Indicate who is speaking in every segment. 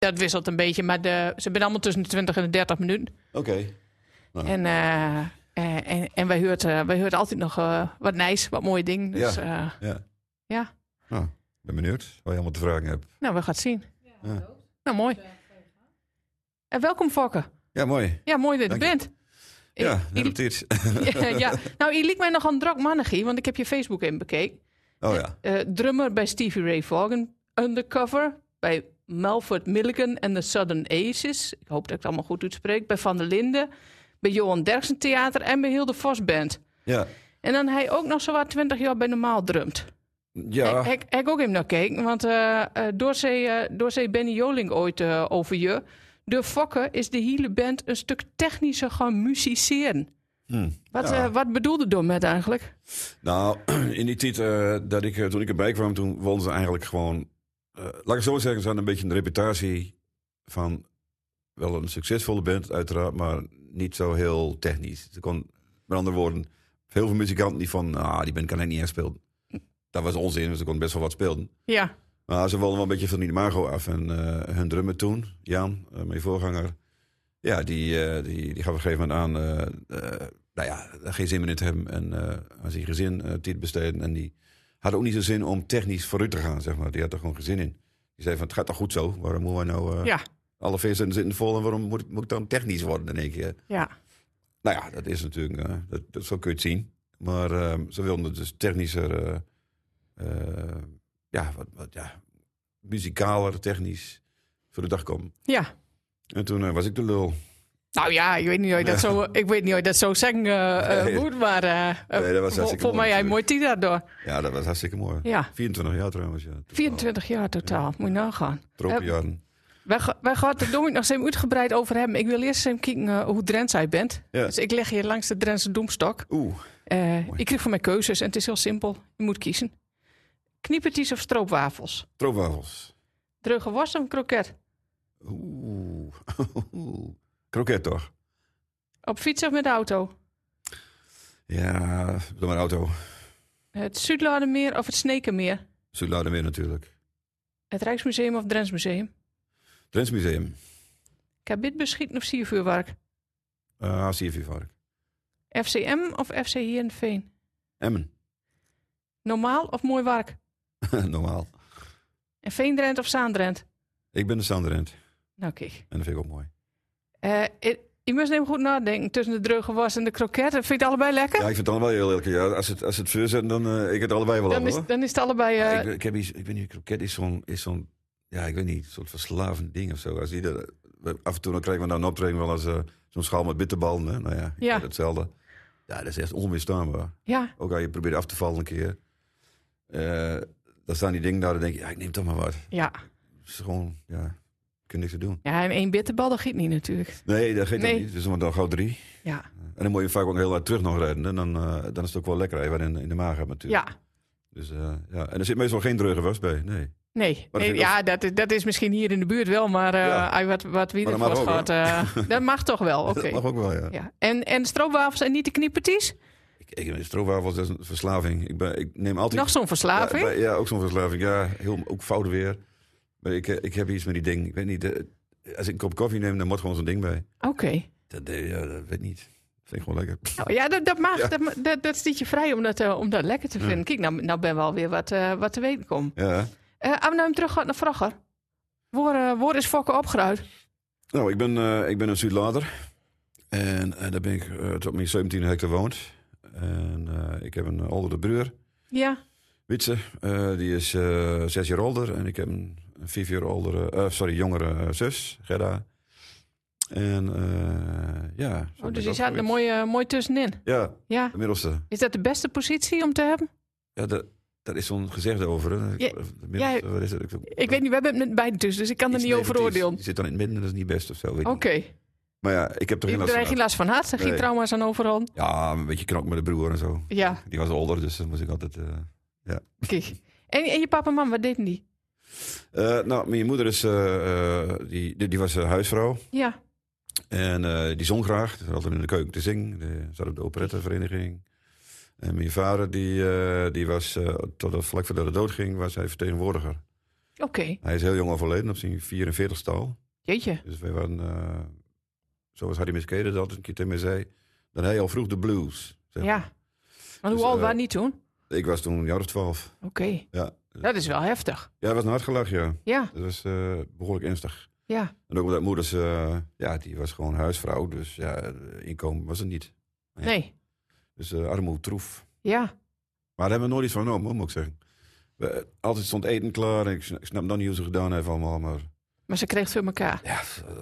Speaker 1: dat wisselt een beetje. Maar de, ze zijn allemaal tussen de 20 en de 30 minuten.
Speaker 2: Oké. Ja.
Speaker 1: En, eh, eh, en, en wij huurt, eh, wij huurt altijd nog eh, wat nijs, wat mooie dingen. Dus
Speaker 2: Ja.
Speaker 1: ja. ja,
Speaker 2: Ja. Nou, ik ben benieuwd wat je allemaal te vragen hebt.
Speaker 1: nou, we gaan het zien.
Speaker 2: Ja.
Speaker 1: Nou, mooi. En welkom, Fokke.
Speaker 2: Ja, mooi.
Speaker 1: Ja, mooi dat je er
Speaker 2: Dank je.
Speaker 1: bent.
Speaker 2: Ja,
Speaker 1: Ik-
Speaker 2: net op dit.
Speaker 1: ja, ja. Nou, je liet mij nog aan Drakmannigie, want ik heb je Facebook in bekeken.
Speaker 2: Oh ja.
Speaker 1: Eh, drummer bij Stevie Ray Vaughan, undercover bij Melford Milligan en de Southern Aces. Ik hoop dat ik het allemaal goed uitspreek. Bij Van der Linden, bij Johan Derksen Theater en bij Hilde Vos Band.
Speaker 2: Ja.
Speaker 1: En dan hij ook nog zowat 20 jaar bij Normaal drumt.
Speaker 2: Ja.
Speaker 1: Ik, ik, ik ook even naar keek, want eh eh, doorzee eh, doorzee Benny Joling ooit eh, over je. De Fokken is de hele band een stuk technischer gaan musiceren.
Speaker 2: Hm.
Speaker 1: Wat,
Speaker 2: Ja.
Speaker 1: eh, wat bedoelde Dom met eigenlijk?
Speaker 2: Nou, in die tijd eh, dat ik, eh, toen ik erbij kwam, toen woonden ze eigenlijk gewoon... eh, laat ik het zo zeggen, ze hadden een beetje een reputatie van wel een succesvolle band uiteraard, maar niet zo heel technisch. Ze kon, met andere woorden, heel veel muzikanten die van, ah, die band kan ik niet echt spelen. Dat was onzin, want ze kon best wel wat spelen.
Speaker 1: Ja,
Speaker 2: Maar Nou, ze wilden wel een beetje van die imago af. En eh, hun drummer toen, Jan, eh, mijn voorganger... Ja, die, eh, die, die gaf op een gegeven moment aan... eh, eh, nou ja, geen zin meer in te hebben. En eh aan zijn gezin eh tijd besteden. En die had ook niet zo zin om technisch vooruit te gaan, zeg maar. Die had er gewoon geen zin in. Die zei van, het gaat toch goed zo? Waarom moeten wij nou... eh,
Speaker 1: ja,
Speaker 2: Alle vissen zitten vol en waarom moet, moet ik dan technisch worden in één keer?
Speaker 1: ja.
Speaker 2: Nou ja, dat is natuurlijk... eh, dat, dat, zo kun je het zien. Maar ehm, ze wilden het dus technischer... eh, eh, ja, wat, wat, ja, muzikaler, technisch voor de dag komen.
Speaker 1: ja.
Speaker 2: En toen eh, was ik de lul.
Speaker 1: Nou ja, ik weet niet of je dat zo, ik weet niet of je dat zo zeggen eh, eh,
Speaker 2: Nee.
Speaker 1: moet, maar eh, eh,
Speaker 2: Nee, dat was
Speaker 1: vol-
Speaker 2: hartstikke
Speaker 1: volgens mij
Speaker 2: mooi
Speaker 1: jij mooi tien daardoor.
Speaker 2: Ja, dat was hartstikke mooi.
Speaker 1: Ja,
Speaker 2: 24 jaar trouwens, ja.
Speaker 1: 24 jaar totaal, moet je nagaan.
Speaker 2: Tropenjaren.
Speaker 1: Wij, ga- wij gaan het er nog eens even uitgebreid over hebben. Ik wil eerst even kijken eh, hoe Drents jij bent.
Speaker 2: Ja.
Speaker 1: Dus ik leg hier langs de Drentse doemstok.
Speaker 2: Oeh,
Speaker 1: Eh,
Speaker 2: Mooi.
Speaker 1: ik kreeg van mij keuzes en het is heel simpel. Je moet kiezen. Kniepertjes of stroopwafels?
Speaker 2: stroopwafels.
Speaker 1: Dreuge worst of een kroket?
Speaker 2: Oeh. Kroket toch?
Speaker 1: Op fiets of met de auto?
Speaker 2: Ja, door mijn auto.
Speaker 1: Het Zuidlaardermeer of het Snekenmeer?
Speaker 2: Zuid-Laardermeer natuurlijk.
Speaker 1: Het Rijksmuseum of Drents Museum?
Speaker 2: Drents Museum.
Speaker 1: Kabit beschieten of siervuurwerk?
Speaker 2: Uh, Siervuurvark.
Speaker 1: FCM of FC Heerenveen?
Speaker 2: Emmen.
Speaker 1: Normaal of mooi werk?
Speaker 2: Normaal.
Speaker 1: En Veendrent of Zaandrent?
Speaker 2: Ik ben de Sanderend.
Speaker 1: Nou kijk.
Speaker 2: En dat vind ik ook mooi.
Speaker 1: Eh, ik- je moest even goed nadenken tussen de dreuge was en de kroket. Vind je het allebei lekker?
Speaker 2: Ja, ik vind het allebei heel lekker. Ja, als het, als het voorzet, dan eh, ik het allebei wel aan,
Speaker 1: dan, is,
Speaker 2: hoor.
Speaker 1: dan is het allebei... eh,
Speaker 2: ik, ik heb iets, ik weet niet, kroket is zo'n, is zo'n, ja, ik weet niet, een soort verslavend ding of zo. Als ieder, we- af en toe dan krijgen we dan een optreden wel eens eh, zo'n schaal met bitterballen. Hè? Nou ja,
Speaker 1: Ja.
Speaker 2: ja. hetzelfde. Ja, dat is echt onweerstaanbaar.
Speaker 1: ja,
Speaker 2: Ook als je probeert af te vallen een keer. Eh dan staan die dingen daar, dan denk je, ja, ik neem toch maar wat.
Speaker 1: ja.
Speaker 2: Het is gewoon, ja, ik kun niks te doen.
Speaker 1: Ja, en één bitterbal, dat giet niet natuurlijk.
Speaker 2: Nee, dat geeft
Speaker 1: Nee.
Speaker 2: ook niet. Dus dan dan gauw drie.
Speaker 1: Ja,
Speaker 2: En dan moet je vaak ook heel hard terug nog rijden. En dan, eh, dan is het ook wel lekker, even in, in de maag hebt natuurlijk.
Speaker 1: ja.
Speaker 2: Dus, eh, ja. En er zit meestal geen dreuge was bij, nee.
Speaker 1: Nee,
Speaker 2: dat
Speaker 1: nee,
Speaker 2: vind ik
Speaker 1: ja, dat, is- dat is misschien hier in de buurt wel, maar eh,
Speaker 2: Ja.
Speaker 1: ai, wat, wat wie
Speaker 2: Maar
Speaker 1: er
Speaker 2: dat mag
Speaker 1: wordt
Speaker 2: ook,
Speaker 1: gehad, eh, dat mag toch wel, oké.
Speaker 2: Dat mag ook wel,
Speaker 1: Ja. En, en stroopwafels en niet de kniepertjes?
Speaker 2: Ik, ik, stroopwafels dat is een verslaving. Ik, ben, ik neem altijd...
Speaker 1: Nog zo'n verslaving?
Speaker 2: Ja, bij- ja, ook zo'n verslaving. Ja, heel, ook fouten weer. Maar ik, eh, ik heb iets met die ding. Ik weet niet. eh, als ik een kop koffie neem, dan moet gewoon zo'n ding bij.
Speaker 1: Oké.
Speaker 2: Dat, eh, ja, dat weet ik niet. Dat vind ik gewoon lekker.
Speaker 1: Nou, ja, dat, dat mag.
Speaker 2: Ja. Hm.
Speaker 1: Dat, ma- dat, dat stiet je vrij om dat, eh, om dat lekker te vinden. Kijk, nou, nou ben we alweer wat, eh, wat te weten kom.
Speaker 2: Ja.
Speaker 1: Eh als we nou hem terug gaan naar vroeger. Waar, eh, waar is Fokke opgeruid?
Speaker 2: Nou, ik ben, eh, ik ben een Zuidlader. En eh, daar ben ik eh, tot mijn 17 hectare gewoond. En eh, ik heb een eh, oudere broer,
Speaker 1: Ja,
Speaker 2: Witse. Eh, die is eh, zes jaar ouder. En ik heb een, een vijf jaar oudere, eh, sorry, jongere eh, zus, Gerda. En eh, ja. zo ben
Speaker 1: oh,
Speaker 2: ik
Speaker 1: dus je zat er
Speaker 2: opgegroeid.
Speaker 1: mooi, eh, mooi tussenin.
Speaker 2: Ja,
Speaker 1: Ja.
Speaker 2: de middelste.
Speaker 1: Is dat de beste positie om te hebben?
Speaker 2: Ja, daar, daar is zo'n gezegde over. Hè?
Speaker 1: Ja,
Speaker 2: De middelste, wat is het?
Speaker 1: Ik weet niet, we hebben het met beide dus, dus ik kan er
Speaker 2: Iets
Speaker 1: niet over
Speaker 2: negatiefs.
Speaker 1: oordelen.
Speaker 2: Je zit dan in het midden, dat is niet best of zo. Weet ik
Speaker 1: Oké,
Speaker 2: niet. Maar ja, ik heb er geen
Speaker 1: ik
Speaker 2: last van
Speaker 1: krijg geen last van haat, er geen
Speaker 2: Nee.
Speaker 1: trauma's aan overal.
Speaker 2: gehad. Ja, een beetje knok met de broer en zo.
Speaker 1: Ja,
Speaker 2: Die was older, dus dan moest ik altijd... eh,
Speaker 1: kijk. En, en je papa en mam, wat deden die?
Speaker 2: eh, nou, mijn moeder is, eh, eh, die, die, die was eh, huisvrouw.
Speaker 1: Ja,
Speaker 2: En eh, die zong graag. Ze zat altijd in de keuken te zingen. De, zat op de operettevereniging. En mijn vader, die, eh, die was eh, tot vlak voordat hij dood ging, was hij vertegenwoordiger.
Speaker 1: Oké,
Speaker 2: Hij is heel jong overleden, op zijn 44ste al.
Speaker 1: jeetje.
Speaker 2: Dus wij waren, eh, zoals Harry Miskede dat een keer tegen mij zei, dan had je al vroeg de blues. zeg maar.
Speaker 1: Ja. Maar hoe
Speaker 2: Dus,
Speaker 1: oud
Speaker 2: eh,
Speaker 1: waren niet toen?
Speaker 2: Ik was toen een jaar of twaalf.
Speaker 1: Oké,
Speaker 2: Ja.
Speaker 1: dat is wel heftig.
Speaker 2: ja, het was een hard gelach, ja.
Speaker 1: Ja,
Speaker 2: Dat was eh, behoorlijk ernstig.
Speaker 1: ja.
Speaker 2: En ook omdat moeders, eh, ja, die was gewoon huisvrouw, dus ja, eh, inkomen was het niet. Ja.
Speaker 1: Nee,
Speaker 2: Dus eh armoede troef.
Speaker 1: ja.
Speaker 2: Maar daar hebben we nooit iets van genomen, hoor, moet ik zeggen. We, eh, altijd stond eten klaar. en Ik sna- ik snap nog niet hoe ze het gedaan heeft allemaal, maar
Speaker 1: Maar ze kreeg het voor elkaar.
Speaker 2: ja,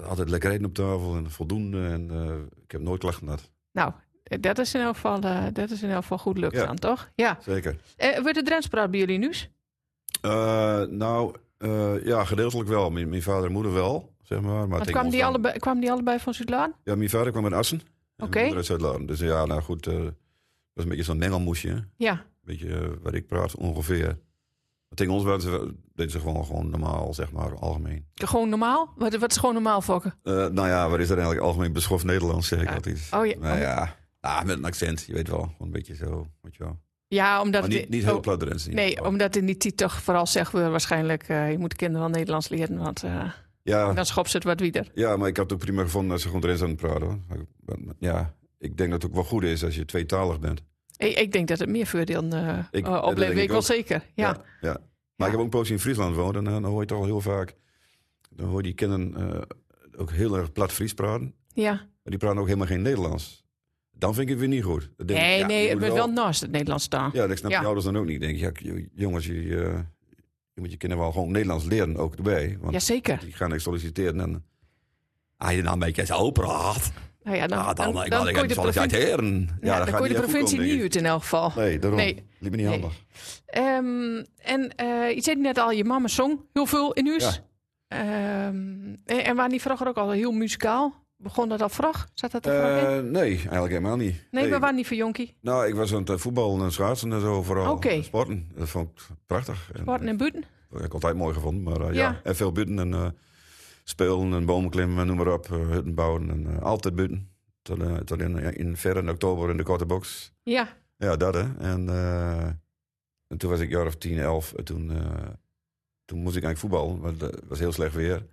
Speaker 2: altijd lekker eten op tafel en voldoende. En eh, ik heb nooit klachten gehad.
Speaker 1: Nou, eh, dat is in elk geval, eh, dat is in elk geval goed lukt
Speaker 2: Ja.
Speaker 1: dan, toch? Ja.
Speaker 2: Zeker.
Speaker 1: Eh, wordt de Drentse bij jullie nu?
Speaker 2: Eh, nou, eh, ja, gedeeltelijk wel. Mijn, mijn vader en moeder wel, zeg maar. maar
Speaker 1: Want
Speaker 2: tegen
Speaker 1: kwamen
Speaker 2: ons
Speaker 1: die,
Speaker 2: dan-
Speaker 1: allebei, kwamen die allebei van Zuid-Laan?
Speaker 2: Ja, mijn vader kwam uit Assen. en mijn
Speaker 1: Oké.
Speaker 2: moeder uit Zuid-Laren. Dus ja, nou goed, eh was een beetje zo'n mengelmoesje. hè.
Speaker 1: Ja,
Speaker 2: Beetje eh, waar ik praat ongeveer. Maar tegen ons waren ze, deden ze gewoon, gewoon normaal, zeg maar, algemeen.
Speaker 1: gewoon normaal? Wat, wat is gewoon normaal, Fokken?
Speaker 2: Eh, nou ja, wat is er eigenlijk algemeen beschoft Nederlands, zeg ik
Speaker 1: Ja.
Speaker 2: altijd.
Speaker 1: Oh ja.
Speaker 2: Nou ja, ah, met een accent, je weet wel. Gewoon een beetje zo, weet je wel.
Speaker 1: Ja, omdat...
Speaker 2: Maar
Speaker 1: dit-
Speaker 2: niet, niet heel
Speaker 1: oh,
Speaker 2: plat Drents. in ieder
Speaker 1: Nee,
Speaker 2: geval.
Speaker 1: omdat in die titel vooral zeggen we waarschijnlijk... eh, je moet kinderen wel Nederlands leren, want eh,
Speaker 2: Ja,
Speaker 1: dan schopt ze het wat wieder.
Speaker 2: Ja, maar ik had het ook prima gevonden als ze gewoon Drents aan het praten. hoor. Ja, ik denk dat het ook wel goed is als je tweetalig bent.
Speaker 1: Ik, ik denk dat het meer voordeel eh
Speaker 2: Ik-
Speaker 1: eh,
Speaker 2: dat denk
Speaker 1: oplevert,
Speaker 2: ik
Speaker 1: weet ik wel
Speaker 2: ook.
Speaker 1: zeker. Ja.
Speaker 2: ja. Maar ik heb ook een poosje in Friesland gewoond en eh, dan hoor je toch al heel vaak... Dan hoor je die kinderen eh, ook heel erg plat Fries praten.
Speaker 1: ja.
Speaker 2: Maar die praten ook helemaal geen Nederlands. Dan vind ik het weer niet goed. Dan denk ik,
Speaker 1: Nee,
Speaker 2: ja,
Speaker 1: nee,
Speaker 2: je
Speaker 1: het
Speaker 2: moet
Speaker 1: wordt wel naast het Nederlands staan.
Speaker 2: Ja, dat snap
Speaker 1: Ja.
Speaker 2: je ouders dan ook niet. Dan denk ik, ja, j- jongens, je, eh, je moet je kinderen wel gewoon Nederlands leren ook erbij. Want
Speaker 1: Jazeker.
Speaker 2: die gaan echt solliciteren en... Ah, je dan een beetje zo praat.
Speaker 1: Nou ja, dan,
Speaker 2: ah, dan, dan,
Speaker 1: kon je
Speaker 2: kan je
Speaker 1: de
Speaker 2: het
Speaker 1: provincie-
Speaker 2: heren. Ja,
Speaker 1: Ja,
Speaker 2: dat
Speaker 1: dan
Speaker 2: gaat
Speaker 1: kon je de
Speaker 2: echt goed
Speaker 1: provincie
Speaker 2: komen, denk
Speaker 1: niet
Speaker 2: ik.
Speaker 1: uit in elk geval.
Speaker 2: Nee, daarom.
Speaker 1: Nee.
Speaker 2: Nee. Liep me niet
Speaker 1: Nee.
Speaker 2: handig.
Speaker 1: Ehm, en eh je zei net al, je mama zong heel veel in huis.
Speaker 2: Ja.
Speaker 1: Ehm, en, en waren die vragen ook al heel muzikaal? Begon dat al vraag? Zat dat er vroeg in?
Speaker 2: Eh, nee, eigenlijk helemaal niet.
Speaker 1: Nee,
Speaker 2: Nee.
Speaker 1: we waren niet voor jonkie.
Speaker 2: Nou, ik was aan het eh, voetballen en schaatsen en zo vooral.
Speaker 1: Oké.
Speaker 2: Sporten. Dat vond ik prachtig. En,
Speaker 1: Warten en buiten.
Speaker 2: eh, heb ik altijd mooi gevonden. Maar eh,
Speaker 1: Ja.
Speaker 2: ja. en veel buiten en eh, spelen en bomen klimmen en noem maar op. eh, hutten bouwen en eh, altijd buiten. Tot, eh, tot in, ja, in verre in oktober in de korte box.
Speaker 1: Ja,
Speaker 2: Ja, dat hè. En, eh, en toen was ik jaar of tien, elf. En toen, eh, toen moest ik eigenlijk voetballen, want het was heel slecht weer.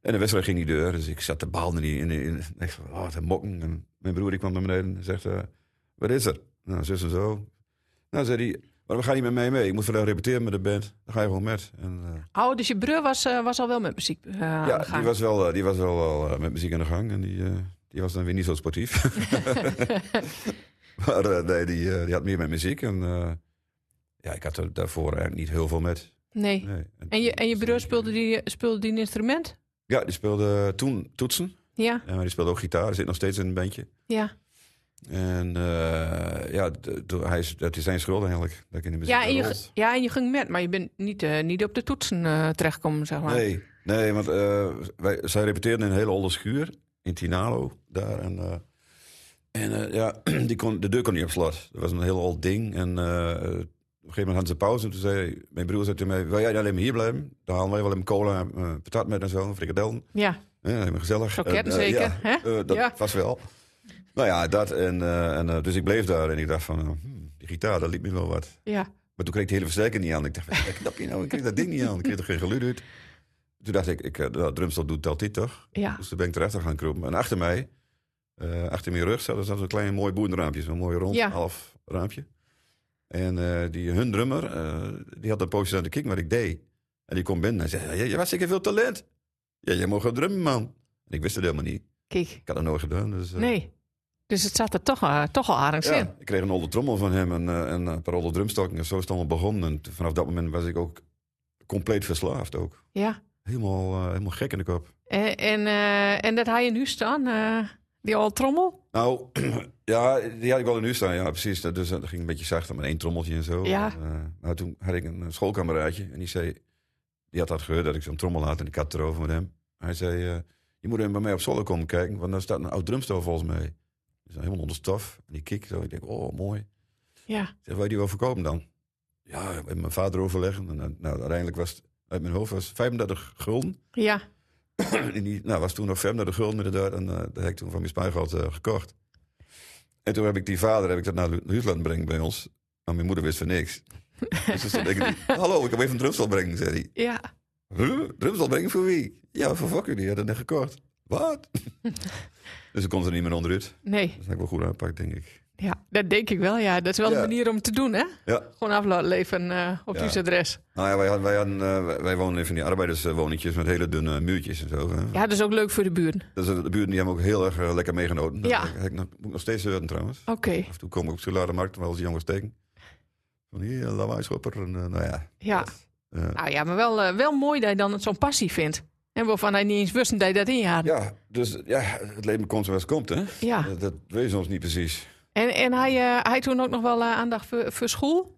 Speaker 2: En de wedstrijd ging niet deur, dus ik zat de bal in. die- in, die- in en ik zat, oh, te mokken. En mijn broer die kwam naar beneden en zegt, eh, wat is er? Nou, zus en zo. Nou, zei hij, maar we gaan niet met mij mee. Ik moet vandaag repeteren met de band. Dan ga je gewoon met. En, eh,
Speaker 1: oh, dus je broer was, eh, was al wel met muziek eh aan de
Speaker 2: ja, die
Speaker 1: gang.
Speaker 2: was wel, eh, die was wel al, eh, met muziek aan de gang. En die, eh, die was dan weer niet zo sportief. maar eh, nee, die, eh, die had meer met muziek. En eh, ja, ik had er daarvoor eigenlijk niet heel veel met.
Speaker 1: Nee.
Speaker 2: Nee.
Speaker 1: En je, en je broer speelde die, speelde die een instrument?
Speaker 2: Ja, die speelde toen toetsen.
Speaker 1: Ja,
Speaker 2: En die speelde ook gitaar. Zit nog steeds in een bandje.
Speaker 1: ja.
Speaker 2: En eh, ja, d- d- hij is, dat is zijn schuld eigenlijk. Dat ik in de muziek
Speaker 1: Ja en, je,
Speaker 2: rolt.
Speaker 1: g- ja, en je ging met, maar je bent niet, eh, niet op de toetsen eh, terechtkomen, zeg maar.
Speaker 2: Nee, nee want eh, wij, zij repeteerden in een hele oude schuur in Tinalo daar. En, eh, en eh, ja, die kon, de deur kon niet op slot. Dat was een heel oud ding. En eh, op een gegeven moment hadden ze pauze. En toen zei mijn broer zei tegen mij, wil jij dan alleen maar hier blijven? Dan halen wij wel een cola, eh, patat met en zo, frikadellen.
Speaker 1: Ja,
Speaker 2: Ja, helemaal gezellig.
Speaker 1: Kroketten
Speaker 2: En, eh,
Speaker 1: zeker,
Speaker 2: ja,
Speaker 1: hè?
Speaker 2: eh, dat
Speaker 1: Ja.
Speaker 2: was wel. Nou ja, dat. En, eh, en, eh, dus ik bleef daar en ik dacht van, eh, hmm, die gitaar, dat liep me wel wat.
Speaker 1: ja.
Speaker 2: Maar toen kreeg ik de hele versterker niet aan. Ik dacht, wat knap je nou? Ik kreeg dat ding niet aan. Ik kreeg toch geen geluid uit. Toen dacht ik, ik eh, nou, drumstel doet dat dit toch?
Speaker 1: ja.
Speaker 2: Dus toen ben ik erachter gaan kropen. En achter mij, eh, achter mijn rug, zat er zat zo'n klein mooi boerenraampje. Zo'n mooi rond,
Speaker 1: Ja.
Speaker 2: half raampje. En eh, die, hun drummer, eh, die had een poosje aan de kick wat ik deed. En die komt binnen en zei, je, je was zeker veel talent. Ja, jij mag gaan drummen, man. En ik wist het helemaal niet.
Speaker 1: Kijk,
Speaker 2: Ik had dat nooit gedaan. Dus, eh,
Speaker 1: nee. Dus het zat er toch, eh, toch al aardig in.
Speaker 2: ja, ik kreeg een olde trommel van hem en, eh, en een paar olde drumstokken. En zo is het allemaal begonnen. En t- vanaf dat moment was ik ook compleet verslaafd ook.
Speaker 1: Ja.
Speaker 2: Helemaal, eh, helemaal gek in de kop.
Speaker 1: En, en, eh, en dat hij in huis staan, eh, die al trommel.
Speaker 2: Nou, ja, die had ik wel in huis staan. Ja, precies. Dat, dus, dat ging een beetje zachter met één trommeltje en zo.
Speaker 1: Ja.
Speaker 2: En, eh, maar toen had ik een eh, schoolkameraadje en die zei... Die had dat gehoord dat ik zo'n trommel had en ik had het erover met hem. Hij zei, eh, je moet even bij mij op Zolder komen kijken, want daar staat een oud drumstel volgens mij. Die is helemaal onder stof. En die kick, zo. ik denk, oh, mooi.
Speaker 1: Ja,
Speaker 2: Zeg, wil je die wel verkopen dan? Ja, met mijn vader overleggen. En, dan- nou, uiteindelijk was het, uit mijn hoofd was het 35 gulden.
Speaker 1: ja,
Speaker 2: En die, nou, was toen nog 35 gulden inderdaad. En eh, dat heb ik toen van mijn spaargeld eh, gekocht. En toen heb ik die vader, heb ik dat naar het huis laten brengen bij ons. Maar mijn moeder wist van niks. Dus dan denk ik, hallo, ik heb even een drumstel brengen, zei hij.
Speaker 1: Ja.
Speaker 2: Huh? Drumstel brengen voor wie? Ja, voor Fokker, die hadden net gekocht. Wat? dus ik kon er niet meer onderuit.
Speaker 1: Nee,
Speaker 2: Dat heb ik wel goed aanpakt, denk ik.
Speaker 1: ja, dat denk ik wel. Ja, dat is wel
Speaker 2: Ja.
Speaker 1: een manier om het te doen, hè?
Speaker 2: Ja.
Speaker 1: Gewoon afleveren eh op
Speaker 2: Ja.
Speaker 1: uw adres.
Speaker 2: Nou ja, wij, hadden, wij, hadden, eh, wij- wij wonen in van die arbeiderswoningjes met hele dunne muurtjes en zo. Hè?
Speaker 1: Ja, dat is ook leuk voor de buren.
Speaker 2: Dus eh, de buurten die hebben ook heel erg eh, lekker meegenoten.
Speaker 1: Ja.
Speaker 2: Dat heb ik nog, moet ik nog steeds doen trouwens.
Speaker 1: Oké,
Speaker 2: Af en toe komen we op Sularenmarkt, waar als die jongens steken. Van hier, eh, lawaaischopper. En, eh, nou ja.
Speaker 1: ja.
Speaker 2: eh,
Speaker 1: Nou ja, maar wel, eh, wel mooi dat hij dan zo'n passie vindt. En waarvan hij niet eens wist dat hij dat in je had. Ja.
Speaker 2: ja, dus ja, het leven komt zoals het komt, hè? Dat, dat weet ze ons niet precies.
Speaker 1: En, en hij, eh, hij toen ook nog wel eh, aandacht voor, voor school?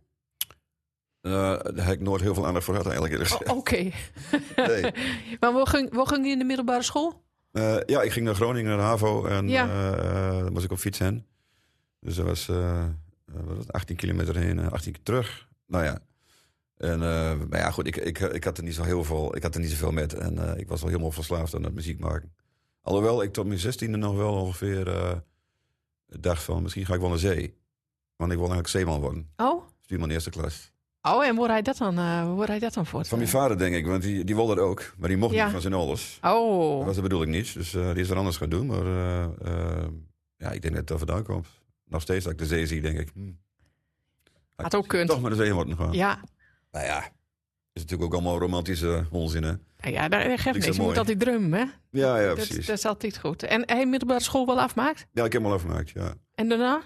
Speaker 2: Eh, daar heb ik nooit heel veel aandacht voor gehad, eigenlijk. eerlijk
Speaker 1: O- Oh, Oké.
Speaker 2: gezegd. Nee.
Speaker 1: Maar waar ging, waar ging hij in de middelbare school?
Speaker 2: Eh, ja, ik ging naar Groningen, naar de HAVO. En
Speaker 1: Ja.
Speaker 2: eh, eh, dan was ik op fiets heen. Dus dat was, eh, eh, wat was het, 18 kilometer heen, eh, 18 keer terug. Nou ja. En, eh, maar ja, goed, ik, ik, ik had er niet zo heel veel, ik had er niet zoveel met. En eh, ik was al helemaal verslaafd aan het muziek maken. Alhoewel ik tot mijn zestiende nog wel ongeveer eh, dacht van, misschien ga ik wel naar zee. Want ik wil eigenlijk zeeman worden.
Speaker 1: Oh,
Speaker 2: Stuurman eerste klas.
Speaker 1: oh en waar hij dat dan, eh waar hij dat dan voor?
Speaker 2: Van mijn vader, denk ik, want die, die wilde dat ook. Maar die mocht
Speaker 1: Ja.
Speaker 2: niet van zijn ouders. Dat
Speaker 1: Oh,
Speaker 2: was de bedoeling niet. Dus eh, die is er anders gaan doen. Maar eh, eh, ja, ik denk dat het daar vandaan komt. Nog steeds als ik de zee zie, denk ik. Hm.
Speaker 1: Had ook kunt.
Speaker 2: Toch maar de zee worden gaan.
Speaker 1: ja.
Speaker 2: Nou ja, is natuurlijk ook allemaal romantische onzin, hè?
Speaker 1: Nou ja, daar geeft
Speaker 2: zo
Speaker 1: niks. Je
Speaker 2: mooi.
Speaker 1: moet altijd drummen, hè?
Speaker 2: Ja, ja,
Speaker 1: dat,
Speaker 2: precies.
Speaker 1: dat is altijd goed. En hij middelbare school wel afmaakt?
Speaker 2: Ja, ik heb hem al afgemaakt, ja.
Speaker 1: En daarna?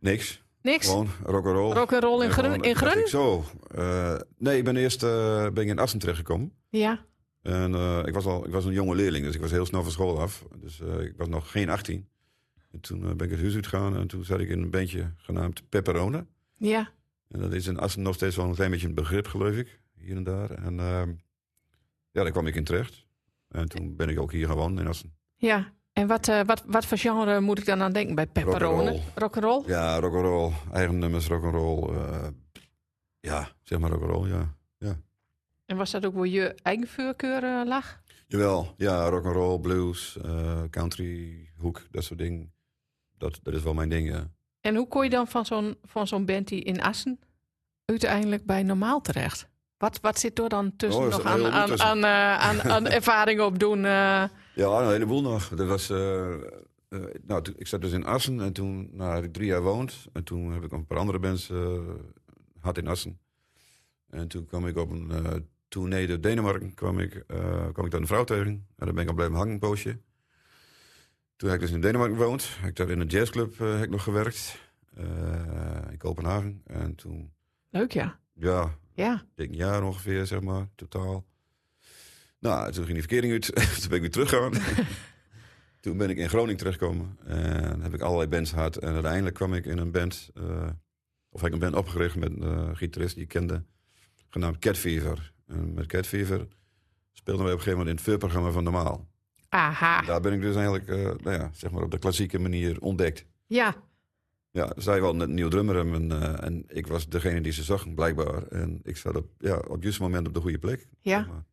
Speaker 2: Niks.
Speaker 1: Niks?
Speaker 2: Gewoon rock'n'roll.
Speaker 1: Rock and roll in
Speaker 2: En gewoon,
Speaker 1: Grun? In
Speaker 2: dacht
Speaker 1: Grun?
Speaker 2: ik zo. Eh, nee, ik ben eerst eh, ben ik in Assen terechtgekomen.
Speaker 1: Ja.
Speaker 2: En eh, ik, was al, ik was een jonge leerling, dus ik was heel snel van school af. Dus eh, ik was nog geen 18. En toen eh, ben ik het huis uitgegaan en toen zat ik in een bandje genaamd Pepperone.
Speaker 1: Ja.
Speaker 2: En dat is in Assen nog steeds wel een klein beetje een begrip, geloof ik. Hier en daar. En ehm, ja, daar kwam ik in terecht. En toen ben ik ook hier gaan wonen in Assen.
Speaker 1: Ja. En wat, eh, wat, wat voor genre moet ik dan aan denken bij Pepperone?
Speaker 2: Rock'n'roll.
Speaker 1: Rock and roll?
Speaker 2: Ja, rock'n'roll. Eigen nummers, rock'n'roll. eh ja, zeg maar rock'n'roll, ja.
Speaker 1: En was dat ook waar je eigen voorkeur eh, lag?
Speaker 2: Jawel, ja, rock'n'roll, blues, eh, country, hoek, dat soort dingen. Dat, dat is wel mijn ding, ja.
Speaker 1: En hoe kon je dan van zo'n, van zo'n band die in Assen uiteindelijk bij normaal terecht? Wat, wat zit er dan tussen
Speaker 2: Oh, er is
Speaker 1: nog
Speaker 2: een
Speaker 1: aan,
Speaker 2: heleboel
Speaker 1: aan,
Speaker 2: tussen.
Speaker 1: Aan, eh, aan, aan ervaring opdoen? eh?
Speaker 2: Ja, een heleboel nog. Dat was, eh, eh, nou, toen- ik zat dus in Assen en toen nou, heb ik drie jaar gewoond. En toen heb ik nog een paar andere bands eh, gehad in Assen. En toen kwam ik op een eh tournee door Denemarken, kwam ik, eh, kwam ik daar een vrouw tegen. En daar ben ik al blijven hangen een poosje. Toen heb ik dus in Denemarken gewoond. Heb ik daar in een jazzclub eh, heb ik nog gewerkt. eh, in Kopenhagen. En toen,
Speaker 1: Leuk ja.
Speaker 2: ja,
Speaker 1: Ja.
Speaker 2: ik denk een jaar ongeveer, zeg maar, totaal. Nou, toen ging die verkering uit. toen ben ik weer teruggegaan. toen ben ik in Groningen terechtgekomen. En heb ik allerlei bands gehad. En uiteindelijk kwam ik in een band... eh, of heb ik een band opgericht met een eh, gitarist die ik kende. Genaamd Cat Fever. En met Cat Fever speelden wij op een gegeven moment in het voorprogramma van Normaal.
Speaker 1: Aha.
Speaker 2: Daar ben ik dus eigenlijk, eh, nou ja, zeg maar op de klassieke manier ontdekt.
Speaker 1: Ja.
Speaker 2: Ja, zij wel een nieuw drummer hebben en, eh, en ik was degene die ze zag, blijkbaar. En ik zat op, ja, op het juiste moment op de goede plek.
Speaker 1: Ja.
Speaker 2: Zeg maar.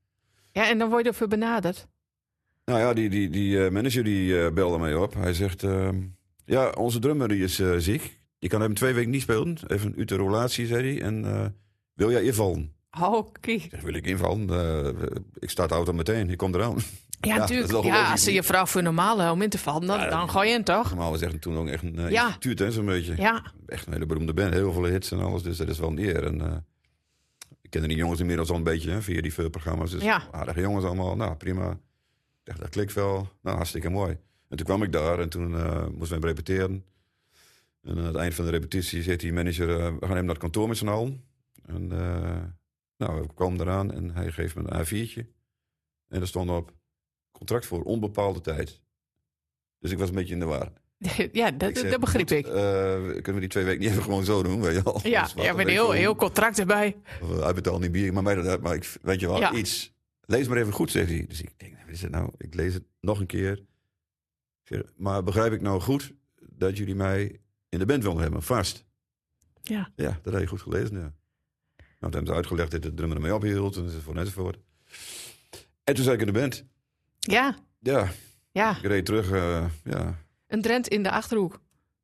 Speaker 1: ja. En dan word je ervoor benaderd.
Speaker 2: Nou ja, die, die, die eh, manager die eh, belde mij op. Hij zegt, ehm, ja, onze drummer die is eh, ziek. Die kan even twee weken niet spelen. Even een uterolatie, zei hij. En eh, wil jij invallen?
Speaker 1: Oké.
Speaker 2: Ik zeg, wil ik invallen? Eh, ik sta de auto meteen, ik kom eraan.
Speaker 1: Ja,
Speaker 2: dat is
Speaker 1: natuurlijk.
Speaker 2: wel
Speaker 1: Ja,
Speaker 2: logisch,
Speaker 1: als ze
Speaker 2: niet?
Speaker 1: je vrouw voor normaal eh, om in te vallen, dan,
Speaker 2: Ja,
Speaker 1: dan
Speaker 2: dat-
Speaker 1: gooi je in toch?
Speaker 2: Normaal was echt toen ook echt een eh,
Speaker 1: Ja.
Speaker 2: instituut, hè, zo'n beetje.
Speaker 1: Ja.
Speaker 2: Echt een hele beroemde band. Heel veel hits en alles, dus dat is wel een eer. En, eh, ik kende die jongens inmiddels al een beetje, hè, via die veel-programma's. Dus
Speaker 1: Ja.
Speaker 2: aardige jongens allemaal. Nou, prima. Ik dacht, dat klikt wel. Nou, hartstikke mooi. En toen kwam ik daar en toen eh, moesten we hem repeteren. En aan het eind van de repetitie zegt die manager, eh, we gaan hem naar het kantoor met z'n allen. En eh, nou, we kwamen eraan en hij geeft me een A4'tje. En er stond op, contract voor onbepaalde tijd. Dus ik was een beetje in de war.
Speaker 1: Ja, dat,
Speaker 2: Ik zeg,
Speaker 1: dat begreep
Speaker 2: goed,
Speaker 1: ik.
Speaker 2: eh, kunnen we die twee weken niet even gewoon zo doen, weet je wel?
Speaker 1: Ja,
Speaker 2: Dus wat
Speaker 1: ja
Speaker 2: een
Speaker 1: met
Speaker 2: week
Speaker 1: heel,
Speaker 2: voor-
Speaker 1: heel contract erbij.
Speaker 2: Of, eh, Hij betaalt niet bier, maar mij dat uit. Maar ik, weet je wel,
Speaker 1: Ja.
Speaker 2: iets. Lees maar even goed, zegt hij. Dus ik denk, wat is het nou? Ik lees het nog een keer. Ik zeg, maar begrijp ik nou goed dat jullie mij in de band wilden hebben, vast?
Speaker 1: Ja.
Speaker 2: Ja, dat heb je goed gelezen, ja. Nou, toen hebben ze uitgelegd dat de drummer ermee ophield en enzovoort enzovoort. En toen zei ik in de band.
Speaker 1: Ja.
Speaker 2: Ja,
Speaker 1: Ja.
Speaker 2: ik reed terug. eh, ja.
Speaker 1: Een Drent in de achterhoek.